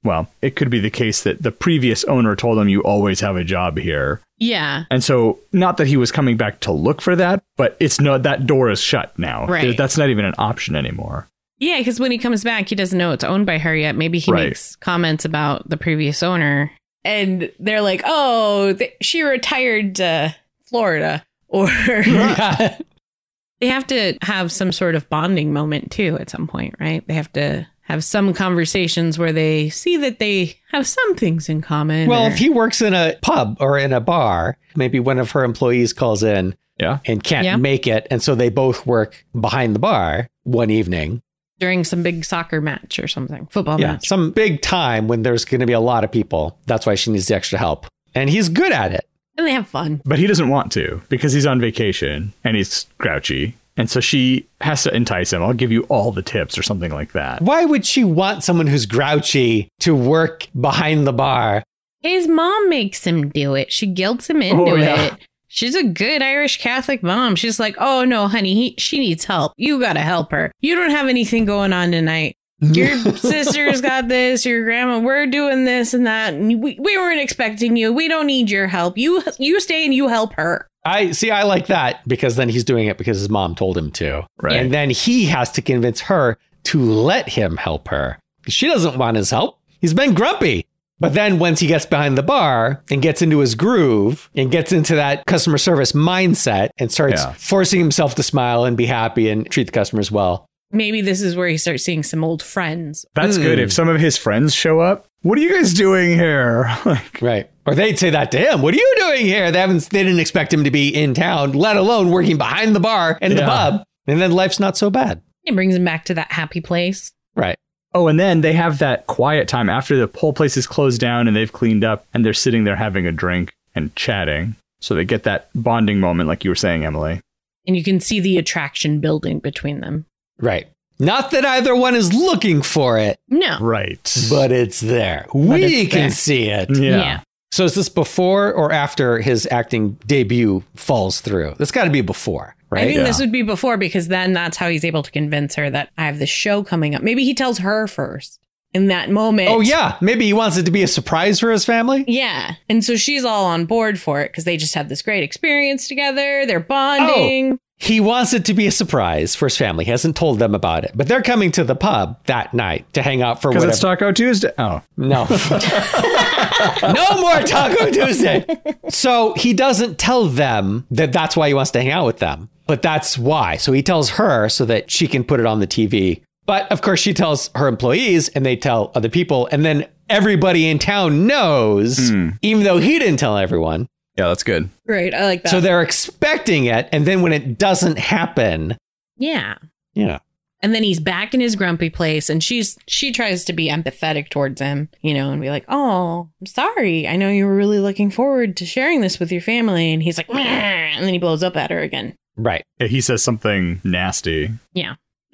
[SPEAKER 3] well, it could be the case that the previous owner told him you always have a job here.
[SPEAKER 1] Yeah.
[SPEAKER 3] And so not that he was coming back to look for that, but it's no that door is shut now.
[SPEAKER 1] Right.
[SPEAKER 3] That's not even an option anymore.
[SPEAKER 1] Yeah, because when he comes back, he doesn't know it's owned by her yet. Maybe he
[SPEAKER 3] Right.
[SPEAKER 1] makes comments about the previous owner, and they're like, "Oh, th- she retired to Florida," *laughs* or
[SPEAKER 2] *laughs*
[SPEAKER 1] they have to have some sort of bonding moment too at some point, right? They have to have some conversations where they see that they have some things in common.
[SPEAKER 2] Well,
[SPEAKER 1] or-
[SPEAKER 2] if he works in a pub or in a bar, maybe one of her employees calls in
[SPEAKER 3] Yeah.
[SPEAKER 2] and can't
[SPEAKER 1] Yeah.
[SPEAKER 2] make it. And so they both work behind the bar one evening.
[SPEAKER 1] during some big soccer match or something, football
[SPEAKER 2] yeah,
[SPEAKER 1] match.
[SPEAKER 2] some big time when there's going to be a lot of people. That's why she needs the extra help. And he's good at it.
[SPEAKER 1] And they have fun.
[SPEAKER 3] But he doesn't want to because he's on vacation and he's grouchy And so she has to entice him. I'll give you all the tips or something like that.
[SPEAKER 2] Why would she want someone who's grouchy to work behind the bar?
[SPEAKER 1] His mom makes him do it. She guilts him into
[SPEAKER 3] Oh, yeah.
[SPEAKER 1] it. She's a good Irish Catholic mom. She's like, oh no, honey, he, she needs help. You gotta help her. You don't have anything going on tonight.
[SPEAKER 3] *laughs*
[SPEAKER 1] Your sister's got this. Your grandma, we're doing this and that. And we, we weren't expecting you. We don't need your help. You you stay and you help her.
[SPEAKER 2] I see, I like that because then he's doing it because his mom told him to.
[SPEAKER 3] Right.
[SPEAKER 2] And then he has to convince her to let him help her. She doesn't want his help. He's been grumpy. But then once he gets behind the bar and gets into his groove and gets into that customer service mindset and starts
[SPEAKER 3] Yeah.
[SPEAKER 2] forcing himself to smile and be happy and treat the customers well.
[SPEAKER 1] Maybe this is where he starts seeing some old friends.
[SPEAKER 3] That's good. If some of his friends show up, what are you guys doing here? *laughs* Like,
[SPEAKER 2] Right. Or they'd say that to him. What are you doing here? They haven't they didn't expect him to be in town, let alone working behind the bar and the
[SPEAKER 3] Yeah.
[SPEAKER 2] pub. And then life's not so bad.
[SPEAKER 1] It brings him back to that happy place.
[SPEAKER 2] Right.
[SPEAKER 3] oh, and then they have that quiet time after the whole place is closed down and they've cleaned up and they're sitting there having a drink and chatting. So they get that bonding moment, like you were saying, Emily.
[SPEAKER 1] And you can see the attraction building between them.
[SPEAKER 2] Right. Not that either one is looking for it,
[SPEAKER 1] No.
[SPEAKER 3] Right.
[SPEAKER 2] but it's there. We
[SPEAKER 1] it's
[SPEAKER 2] can
[SPEAKER 1] there.
[SPEAKER 2] see it.
[SPEAKER 3] yeah.
[SPEAKER 2] So is this before or after his acting debut falls through? That's got to be before,
[SPEAKER 1] I
[SPEAKER 2] right?
[SPEAKER 1] think
[SPEAKER 3] Yeah.
[SPEAKER 1] this would be before because then that's how he's able to convince her that I have this show coming up. Maybe he tells her first in that moment.
[SPEAKER 2] Oh yeah, maybe he wants it to be a surprise for his family.
[SPEAKER 1] Yeah. And so she's all on board for it because they just had this great experience together. They're bonding.
[SPEAKER 2] He wants it to be a surprise for his family. He hasn't told them about it, but they're coming to the pub that night to hang out for
[SPEAKER 3] Because
[SPEAKER 2] whatever.
[SPEAKER 3] it's Taco Tuesday. Oh,
[SPEAKER 2] No. no more Taco Tuesday. So he doesn't tell them that that's why he wants to hang out with them, but that's why. So he tells her so that she can put it on the TV. But of course, she tells her employees and they tell other people. And then everybody in town knows, even though he didn't tell everyone.
[SPEAKER 3] yeah, that's good.
[SPEAKER 1] Right. I like that.
[SPEAKER 2] So they're expecting it. And then when it doesn't happen,
[SPEAKER 1] yeah.
[SPEAKER 2] you know,
[SPEAKER 1] And then he's back in his grumpy place and she's she tries to be empathetic towards him, you know, and be like, "Oh, I'm sorry. I know you were really looking forward to sharing this with your family." And he's like, "Meh," and then he blows up at her again.
[SPEAKER 2] right.
[SPEAKER 3] Yeah, he says something nasty.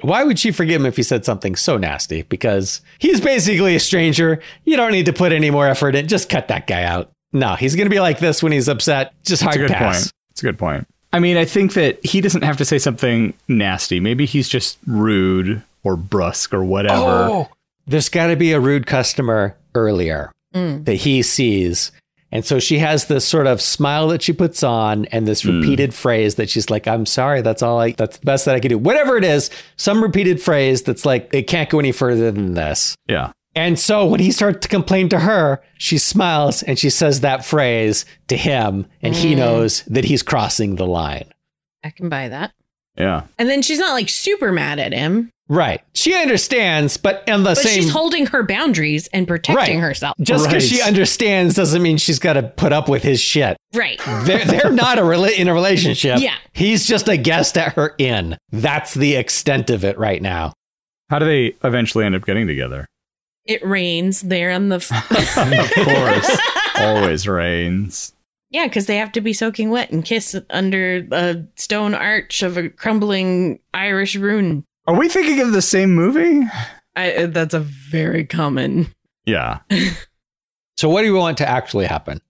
[SPEAKER 2] Why would she forgive him if he said something so nasty? Because he's basically a stranger. You don't need to put any more effort in. Just cut that guy out. No, he's going to be like this when he's upset. Just hard
[SPEAKER 3] It's a good
[SPEAKER 2] pass.
[SPEAKER 3] point. It's a good point. I mean, I think that he doesn't have to say something nasty. Maybe he's just rude or brusque or whatever.
[SPEAKER 2] Oh. There's got to be a rude customer earlier
[SPEAKER 1] Mm.
[SPEAKER 2] that he sees. And so she has this sort of smile that she puts on and this
[SPEAKER 3] Hmm.
[SPEAKER 2] repeated phrase that she's like, I'm sorry, that's all I, that's the best that I can do. Whatever it is, some repeated phrase that's like, it can't go any further than this.
[SPEAKER 3] Yeah.
[SPEAKER 2] And so when he starts to complain to her, she smiles and she says that phrase to him, and
[SPEAKER 1] Mm.
[SPEAKER 2] he knows that he's crossing the line.
[SPEAKER 1] I can buy that.
[SPEAKER 3] Yeah.
[SPEAKER 1] And then she's not like super mad at him,
[SPEAKER 2] Right. She understands, but on the
[SPEAKER 1] but
[SPEAKER 2] same
[SPEAKER 1] she's holding her boundaries and protecting
[SPEAKER 2] Right.
[SPEAKER 1] herself.
[SPEAKER 2] just because
[SPEAKER 3] Right.
[SPEAKER 2] she understands doesn't mean she's got to put up with his shit.
[SPEAKER 1] Right.
[SPEAKER 2] They're, they're not a rela- in a relationship.
[SPEAKER 1] Yeah.
[SPEAKER 2] He's just a guest at her inn. That's the extent of it right now.
[SPEAKER 3] How do they eventually end up getting together? *laughs*
[SPEAKER 1] It rains there on the.
[SPEAKER 2] *laughs*
[SPEAKER 1] F-
[SPEAKER 3] of course. Always rains.
[SPEAKER 1] yeah, because they have to be soaking wet and kiss under a stone arch of a crumbling Irish ruin.
[SPEAKER 3] Are we thinking of the same movie?
[SPEAKER 1] I, uh, that's a very common.
[SPEAKER 3] Yeah.
[SPEAKER 2] So, what do you want to actually happen?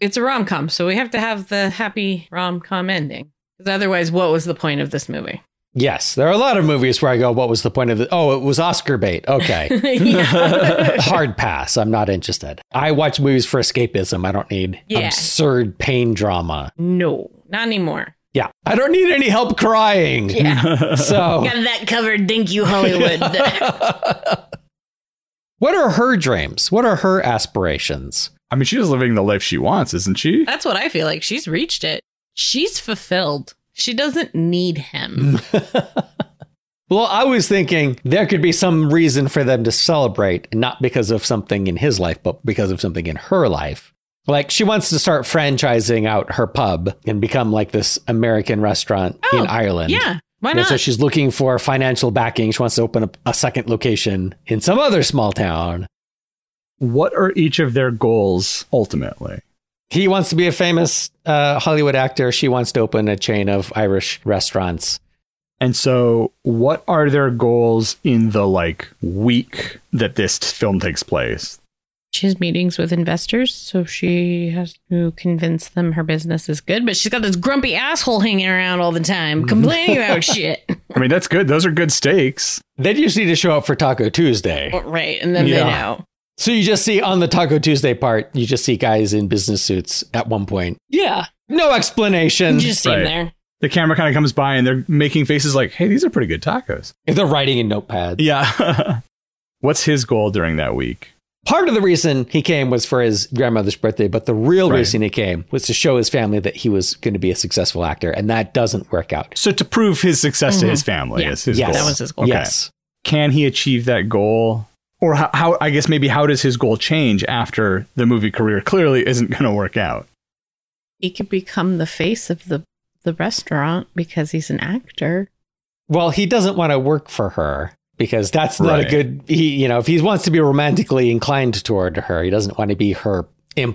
[SPEAKER 1] It's a rom com, so we have to have the happy rom com ending. Because otherwise, what was the point of this movie? *laughs*
[SPEAKER 2] Yes, there are a lot of movies where I go, what was the point of it? Oh, it was Oscar bait. Okay.
[SPEAKER 1] yeah.
[SPEAKER 2] *laughs* hard pass. I'm not interested. I watch movies for escapism. I don't need
[SPEAKER 1] Yeah.
[SPEAKER 2] absurd pain drama.
[SPEAKER 1] no, not anymore.
[SPEAKER 2] Yeah. I don't need any help crying.
[SPEAKER 1] Yeah.
[SPEAKER 2] *laughs* So,
[SPEAKER 1] Got that covered. Thank you, Hollywood.
[SPEAKER 2] what are her dreams? What are her aspirations?
[SPEAKER 3] I mean, she's living the life she wants, isn't
[SPEAKER 1] *laughs*
[SPEAKER 3] she?
[SPEAKER 1] That's what I feel like. She's reached it. She's fulfilled. She doesn't need him.
[SPEAKER 2] Well, I was thinking there could be some reason for them to celebrate, not because of something in his life, but because of something in her life. Like she wants to start franchising out her pub and become like this American restaurant
[SPEAKER 1] Oh,
[SPEAKER 2] in Ireland.
[SPEAKER 1] yeah. Why
[SPEAKER 2] Yeah,
[SPEAKER 1] not?
[SPEAKER 2] so she's looking for financial backing. She wants to open up a second location in some other small town.
[SPEAKER 3] What are each of their goals ultimately?
[SPEAKER 2] He wants to be a famous uh, Hollywood actor. She wants to open a chain of Irish restaurants.
[SPEAKER 3] And so, what are their goals in the like week that this t- film takes place?
[SPEAKER 1] She has meetings with investors, so she has to convince them her business is good, but she's got this grumpy asshole hanging around all the time
[SPEAKER 3] Mm-hmm.
[SPEAKER 1] complaining
[SPEAKER 3] *laughs*
[SPEAKER 1] about shit.
[SPEAKER 3] I mean, that's good. Those are good stakes.
[SPEAKER 2] They just need to show up for Taco Tuesday.
[SPEAKER 1] Right. And then they
[SPEAKER 3] Yeah.
[SPEAKER 1] know.
[SPEAKER 2] So you just see on the Taco Tuesday part, you just see guys in business suits at one point.
[SPEAKER 1] Yeah.
[SPEAKER 2] No explanation.
[SPEAKER 1] You just see
[SPEAKER 3] Right.
[SPEAKER 1] him there.
[SPEAKER 3] The camera kind of comes by and they're making faces like, hey, these are pretty good tacos.
[SPEAKER 2] They're writing in notepads.
[SPEAKER 3] Yeah. *laughs* What's his goal during that week?
[SPEAKER 2] Part of the reason he came was for his grandmother's birthday, but the real
[SPEAKER 3] Right.
[SPEAKER 2] reason he came was to show his family that he was going to be a successful actor, and that doesn't work out.
[SPEAKER 3] So, to prove his success to
[SPEAKER 1] Mhm.
[SPEAKER 3] his family
[SPEAKER 1] Yeah.
[SPEAKER 3] is his
[SPEAKER 2] Yes.
[SPEAKER 3] goal.
[SPEAKER 1] That was his goal.
[SPEAKER 3] Okay.
[SPEAKER 2] Yes.
[SPEAKER 3] Can he achieve that goal? Or how, how, I guess maybe how does his goal change after the movie career clearly isn't going to work out?
[SPEAKER 1] He could become the face of the, the restaurant because he's an actor.
[SPEAKER 2] Well, he doesn't want to work for her because that's not
[SPEAKER 3] Right.
[SPEAKER 2] a good he, you know, if he wants to be romantically inclined toward her, he doesn't want to be her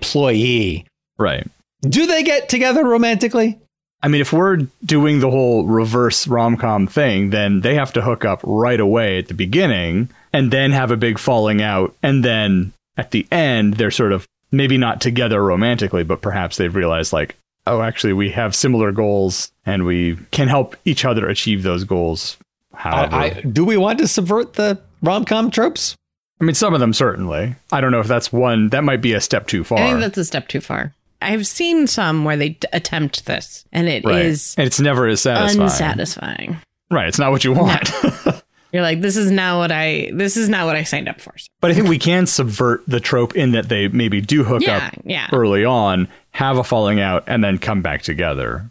[SPEAKER 2] employee.
[SPEAKER 3] Right.
[SPEAKER 2] Do they get together romantically?
[SPEAKER 3] I mean, if we're doing the whole reverse rom com thing, then they have to hook up right away at the beginning and then have a big falling out. And then at the end, they're sort of maybe not together romantically, but perhaps they've realized, like, oh, actually, we have similar goals and we can help each other achieve those goals. However,
[SPEAKER 2] I, I, do we want to subvert the rom-com tropes?
[SPEAKER 3] I mean, some of them certainly. I don't know if that's one, that might be a step too far.
[SPEAKER 1] I think that's a step too far. I've seen some where they d- attempt this, and it is
[SPEAKER 3] right. and it's never as satisfying.
[SPEAKER 1] unsatisfying.
[SPEAKER 3] right. It's not what you want. *laughs*
[SPEAKER 1] You're like, this is not what I this is not what I signed up for.
[SPEAKER 3] But I think we can subvert the trope in that they maybe do hook
[SPEAKER 1] yeah,
[SPEAKER 3] up
[SPEAKER 1] yeah.
[SPEAKER 3] early on, have a falling out, and then come back together.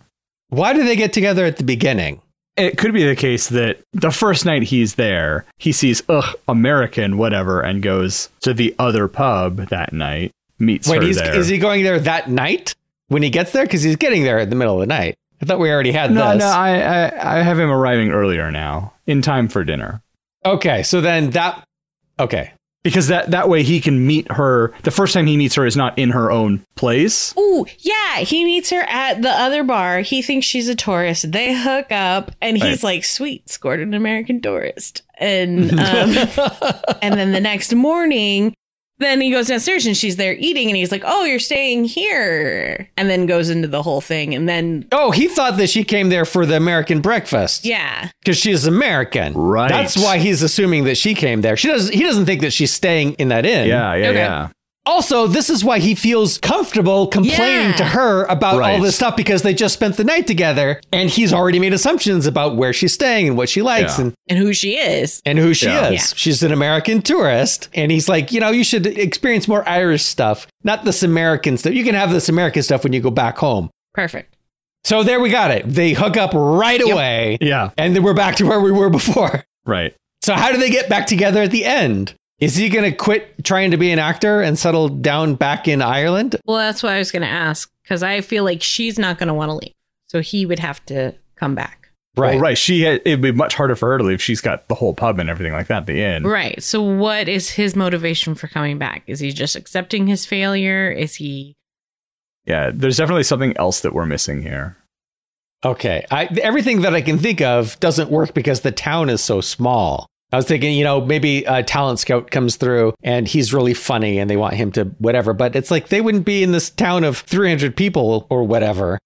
[SPEAKER 2] Why do they get together at the beginning?
[SPEAKER 3] It could be the case that the first night he's there, he sees, ugh, American, whatever, and goes to the other pub that night, meets
[SPEAKER 2] Wait,
[SPEAKER 3] her
[SPEAKER 2] he's,
[SPEAKER 3] there.
[SPEAKER 2] is he going there that night when he gets there? Because he's getting there at the middle of the night. I thought we already had
[SPEAKER 3] no,
[SPEAKER 2] this.
[SPEAKER 3] no, I, I, I have him arriving earlier now, in time for dinner.
[SPEAKER 2] okay, so then that. Okay,
[SPEAKER 3] Because that, that way he can meet her. The first time he meets her is not in her own place.
[SPEAKER 1] Ooh, yeah. He meets her at the other bar. He thinks she's a tourist. They hook up, and he's like, "Sweet, scored an American tourist." And um, and then the next morning, then he goes downstairs, and she's there eating, and he's like, "Oh, you're staying here," and then goes into the whole thing, and then
[SPEAKER 2] Oh, he thought that she came there for the American breakfast
[SPEAKER 1] yeah,
[SPEAKER 2] because she's American.
[SPEAKER 3] Right.
[SPEAKER 2] That's why he's assuming that she came there. She does. He doesn't think that she's staying in that inn.
[SPEAKER 3] Yeah, yeah,
[SPEAKER 1] Okay.
[SPEAKER 3] yeah.
[SPEAKER 2] Also, this is why he feels comfortable complaining
[SPEAKER 1] Yeah.
[SPEAKER 2] to her about
[SPEAKER 3] Right.
[SPEAKER 2] all this stuff because they just spent the night together, and he's already made assumptions about where she's staying and what she likes
[SPEAKER 3] Yeah.
[SPEAKER 2] and
[SPEAKER 1] and who she is.
[SPEAKER 2] and who she
[SPEAKER 3] Yeah.
[SPEAKER 2] is.
[SPEAKER 1] Yeah.
[SPEAKER 2] She's an American tourist. And he's like, you know, you should experience more Irish stuff, not this American stuff. You can have this American stuff when you go back home.
[SPEAKER 1] Perfect.
[SPEAKER 2] So there we got it. They hook up right away.
[SPEAKER 3] Yeah,
[SPEAKER 2] And then we're back to where we were before.
[SPEAKER 3] right.
[SPEAKER 2] So how do they get back together at the end? Is he going to quit trying to be an actor and settle down back in Ireland?
[SPEAKER 1] Well, that's what I was going to ask because I feel like she's not going to want to leave, so he would have to come back.
[SPEAKER 3] Right. right. She had, it'd be much harder for her to leave. She's got the whole pub and everything like that. The
[SPEAKER 2] Mm-hmm.
[SPEAKER 3] inn.
[SPEAKER 1] Right. So, what is his motivation for coming back? Is he just accepting his failure? Is he. *laughs*
[SPEAKER 3] Yeah. There's definitely something else that we're missing here.
[SPEAKER 2] Okay. I, everything that I can think of doesn't work because the town is so small. I was thinking, you know, maybe a talent scout comes through and he's really funny and they want him to whatever, but it's like they wouldn't be in this town of 300 people or whatever.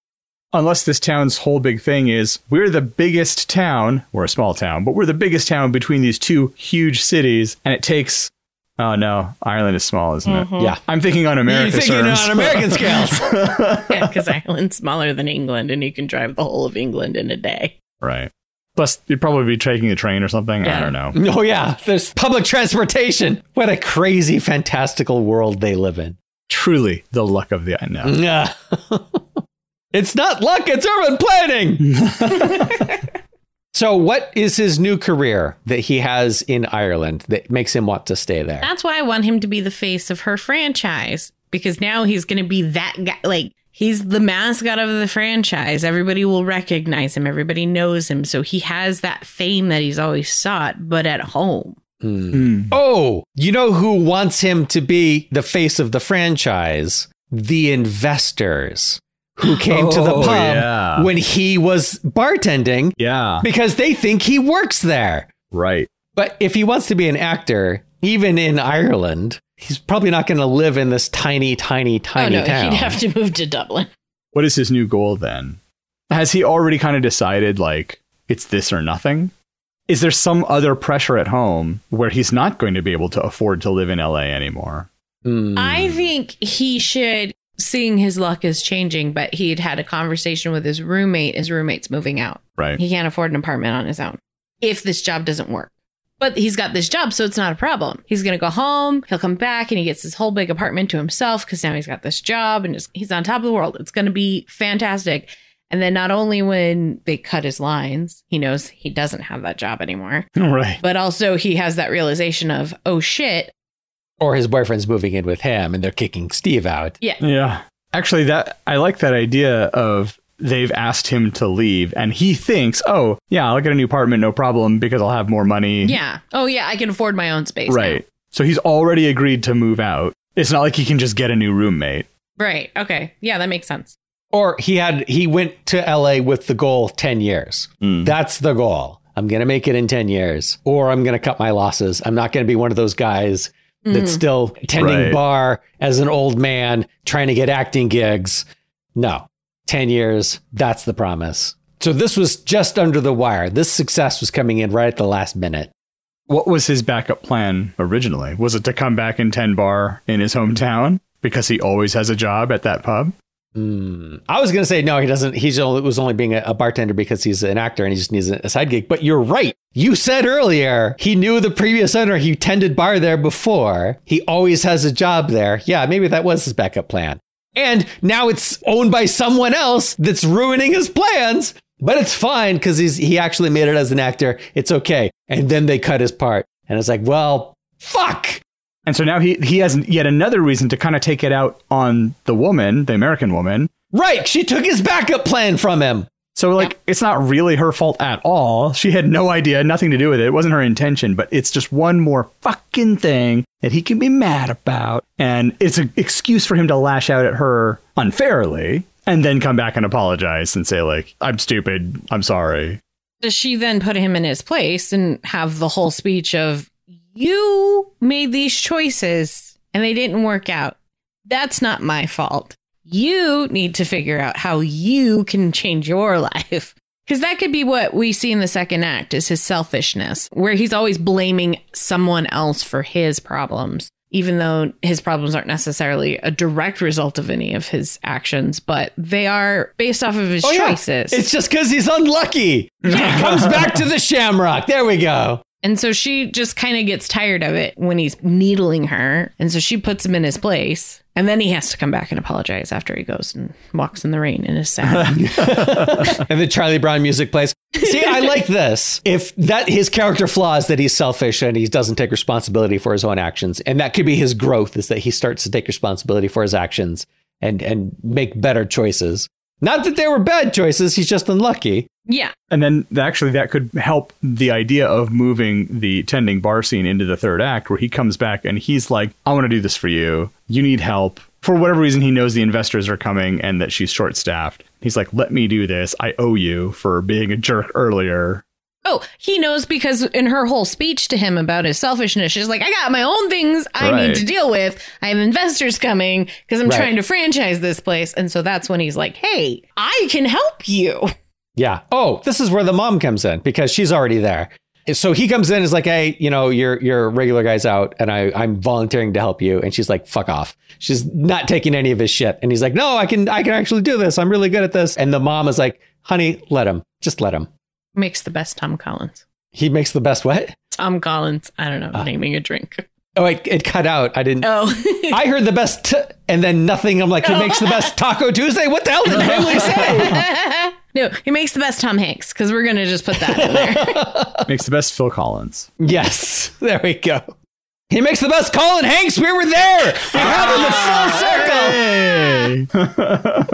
[SPEAKER 3] Unless this town's whole big thing is we're the biggest town. We're a small town, but we're the biggest town between these two huge cities, and it takes. Oh no, Ireland is small, isn't it?
[SPEAKER 2] Yeah.
[SPEAKER 3] I'm thinking on American
[SPEAKER 2] Mm-hmm. You're thinking
[SPEAKER 3] terms.
[SPEAKER 2] on American
[SPEAKER 3] *laughs*
[SPEAKER 2] scales.
[SPEAKER 1] Because Ireland's smaller than England and you can drive the whole of England in a day.
[SPEAKER 3] right. Plus, you'd probably be taking a train or something. I
[SPEAKER 1] Yeah.
[SPEAKER 3] don't know.
[SPEAKER 2] oh, yeah. There's public transportation. What a crazy, fantastical world they live in.
[SPEAKER 3] Truly, the luck of the I know.
[SPEAKER 2] Yeah. *laughs* it's not luck, it's urban planning.
[SPEAKER 3] *laughs*
[SPEAKER 2] so, what is his new career that he has in Ireland that makes him want to stay there?
[SPEAKER 1] That's why I want him to be the face of her franchise because now he's going to be that guy. Like, he's the mascot of the franchise. Everybody will recognize him, everybody knows him. So, he has that fame that he's always sought, but at home.
[SPEAKER 2] Hmm.
[SPEAKER 3] Hmm.
[SPEAKER 2] Oh, you know who wants him to be the face of the franchise? The investors who came to the
[SPEAKER 3] Oh,
[SPEAKER 2] pub
[SPEAKER 3] yeah.
[SPEAKER 2] when he was bartending
[SPEAKER 3] Yeah.
[SPEAKER 2] because they think he works there.
[SPEAKER 3] Right.
[SPEAKER 2] But if he wants to be an actor, even in Ireland, he's probably not going to live in this tiny, tiny, tiny
[SPEAKER 1] oh no,
[SPEAKER 2] town.
[SPEAKER 1] he'd have to move to Dublin.
[SPEAKER 3] What is his new goal then? Has he already kind of decided, like, it's this or nothing? Is there some other pressure at home where he's not going to be able to afford to live in LA anymore?
[SPEAKER 2] Hmm.
[SPEAKER 1] I think he should, seeing his luck is changing, but he had had a conversation with his roommate. His roommate's moving out.
[SPEAKER 3] Right.
[SPEAKER 1] He can't afford an apartment on his own if this job doesn't work. But he's got this job, so it's not a problem. He's going to go home. He'll come back and he gets this whole big apartment to himself because now he's got this job and it's- he's on top of the world. It's going to be fantastic. And then not only when they cut his lines, he knows he doesn't have that job anymore,
[SPEAKER 3] *laughs* right.
[SPEAKER 1] but also he has that realization of, oh shit.
[SPEAKER 2] or his boyfriend's moving in with him and they're kicking Steve out.
[SPEAKER 1] Yeah.
[SPEAKER 3] Yeah. Actually that I like that idea of they've asked him to leave and he thinks, "Oh, yeah, I'll get a new apartment no problem because I'll have more money."
[SPEAKER 1] Yeah. Oh, yeah. I can afford my own space. now.
[SPEAKER 3] Mm-hmm. Right. So he's already agreed to move out. It's not like he can just get a new roommate.
[SPEAKER 1] Right. Okay. Yeah, that makes sense.
[SPEAKER 2] Or he had he went to LA with the goal 10 years. That's the goal. I'm going to make it in 10 years or I'm going to cut my losses. I'm not going to be one of those guys that's still attending
[SPEAKER 3] Right.
[SPEAKER 2] bar as an old man trying to get acting gigs. No. 10 years, that's the promise. So this was just under the wire. This success was coming in right at the last minute.
[SPEAKER 3] What was his backup plan originally? Was it to come back in 10 bar in his hometown because he always has a job at that pub?
[SPEAKER 2] Hmm. I was going to say no. He doesn't. He was only being a, a bartender because he's an actor and he just needs a, a side gig. But you're right. You said earlier he knew the previous owner. He tended bar there before. He always has a job there. Yeah, maybe that was his backup plan. And now it's owned by someone else that's ruining his plans. But it's fine because he's he actually made it as an actor. It's okay. And then they cut his part, and it's like, well, fuck.
[SPEAKER 3] And so now he, he has yet another reason to kind of take it out on the woman, the American woman.
[SPEAKER 2] Right? She took his backup plan from him.
[SPEAKER 3] So, like, it's not really her fault at all. She had no idea, nothing to do with it. It wasn't her intention, but it's just one more fucking thing that he can be mad about. And it's an excuse for him to lash out at her unfairly and then come back and apologize and say, like, I'm stupid. I'm sorry.
[SPEAKER 1] Does she then put him in his place and have the whole speech of, you made these choices and they didn't work out? That's not my fault. You need to figure out how you can change your *laughs* life. Because that could be what we see in the second act is his selfishness, where he's always blaming someone else for his problems, even though his problems aren't necessarily a direct result of any of his actions, but they are based off of his
[SPEAKER 2] Oh, yeah.
[SPEAKER 1] choices.
[SPEAKER 2] It's just because he's unlucky. He comes back to the shamrock. There we go.
[SPEAKER 1] And so she just kind of gets tired of it when he's needling her. And so she puts him in his place. And then he has to come back and apologize after he goes and walks in the rain and is sad.
[SPEAKER 2] And the Charlie Brown music plays. See, I like this. If that his character flaw is that he's selfish and he doesn't take responsibility for his own actions, and that could be his growth is that he starts to take responsibility for his actions and and make better choices. Not that they were bad choices. He's just unlucky.
[SPEAKER 1] yeah.
[SPEAKER 3] And then th- actually, that could help the idea of moving the tending bar scene into the third act, where he comes back and he's like, I want to do this for you. You need help. For whatever reason, he knows the investors are coming and that she's short staffed. He's like, Let me do this. I owe you for being a jerk earlier.
[SPEAKER 1] Oh, he knows because in her whole speech to him about his selfishness, she's like, I got my own things I
[SPEAKER 3] Right.
[SPEAKER 1] need to deal with. I have investors coming because I'm
[SPEAKER 2] Right.
[SPEAKER 1] trying to franchise this place. And so that's when he's like, hey, I can help you.
[SPEAKER 2] Yeah. Oh, this is where the mom comes in because she's already there. So he comes in and is like, hey, you know, your your regular guy's out and I, I'm volunteering to help you. And she's like, fuck off. She's not taking any of his shit. And he's like, no, I can I can actually do this. I'm really good at this. And the mom is like, honey, let him. Just let him.
[SPEAKER 1] Makes the best Tom Collins.
[SPEAKER 2] He makes the best what? *laughs*
[SPEAKER 1] Tom Collins. I don't know, naming a drink.
[SPEAKER 2] Oh, it, it cut out. I didn't.
[SPEAKER 1] Oh.
[SPEAKER 2] I heard the best t- and then nothing. I'm like, he makes the best Taco Tuesday. What the hell did Emily say?
[SPEAKER 1] *laughs* no, he makes the best Tom Hanks because we're gonna just put that in there.
[SPEAKER 3] Makes the best Phil Collins.
[SPEAKER 2] Yes, *laughs* there we go. He makes the best Colin Hanks. We were there. We have him the full circle.
[SPEAKER 3] Hey! *laughs*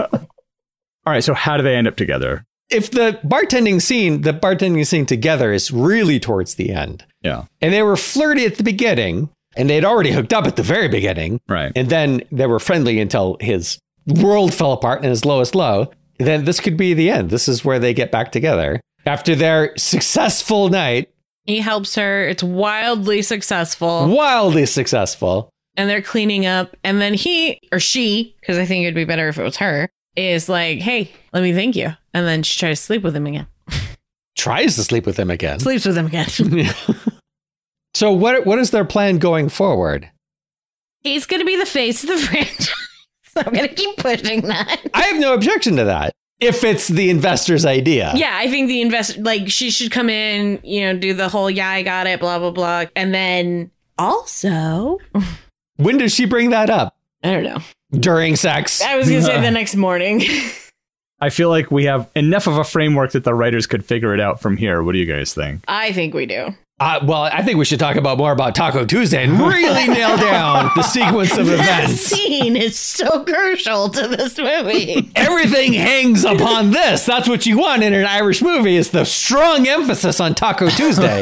[SPEAKER 3] All right, so how do they end up together?
[SPEAKER 2] if the bartending scene, the bartending scene together is really towards the end.
[SPEAKER 3] Yeah.
[SPEAKER 2] And they were flirty at the beginning, and they'd already hooked up at the very beginning,
[SPEAKER 3] Right.
[SPEAKER 2] and then they were friendly until his world fell apart in its lowest low, then this could be the end. This is where they get back together. After their successful night,
[SPEAKER 1] He helps her. It's wildly successful.
[SPEAKER 2] wildly successful,
[SPEAKER 1] and they're cleaning up and then he or she because i think it'd be better if it was her is like hey let me thank you and then she tries to sleep with him again
[SPEAKER 2] tries to sleep with him again.
[SPEAKER 1] sleeps with him again *laughs*
[SPEAKER 2] *laughs* so what what is their plan going forward?
[SPEAKER 1] he's gonna be the face of the *laughs* franchise so i'm gonna keep pushing that
[SPEAKER 2] I have no objection to that. If it's the investor's idea.
[SPEAKER 1] yeah i think the investor like she should come in you know do the whole yeah i got it blah blah blah and then also
[SPEAKER 2] When does she bring that up?
[SPEAKER 1] i don't know
[SPEAKER 2] During sex.
[SPEAKER 1] i was gonna say the next morning *laughs*
[SPEAKER 3] I feel like we have enough of a framework that the writers could figure it out from here. What do you guys think?
[SPEAKER 1] i think we do
[SPEAKER 2] Uh, well, I think we should talk about more about Taco Tuesday and really nail down the
[SPEAKER 1] *laughs*
[SPEAKER 2] sequence of
[SPEAKER 1] that
[SPEAKER 2] events.
[SPEAKER 1] scene is so crucial to this movie
[SPEAKER 2] Everything hangs upon this. That's what you want in an Irish movie is the strong emphasis on Taco
[SPEAKER 1] *laughs*
[SPEAKER 2] Tuesday.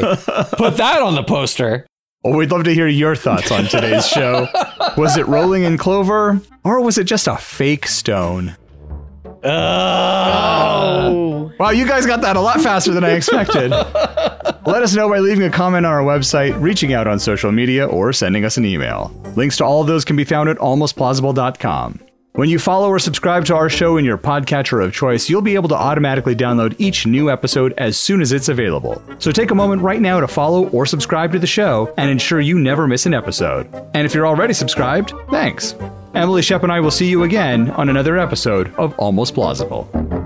[SPEAKER 2] Put that on the poster.
[SPEAKER 3] Well, we'd love to hear your thoughts on today's show. Was it rolling in clover or was it just a fake stone?
[SPEAKER 1] oh
[SPEAKER 3] Wow, you guys got that a lot faster than I expected. Let us know by leaving a comment on our website, reaching out on social media, or sending us an email. Links to all of those can be found at almostplausible.com. When you follow or subscribe to our show in your podcatcher of choice, you'll be able to automatically download each new episode as soon as it's available. So take a moment right now to follow or subscribe to the show and ensure you never miss an episode. And if you're already subscribed, thanks. Emily Shep and I will see you again on another episode of Almost Plausible.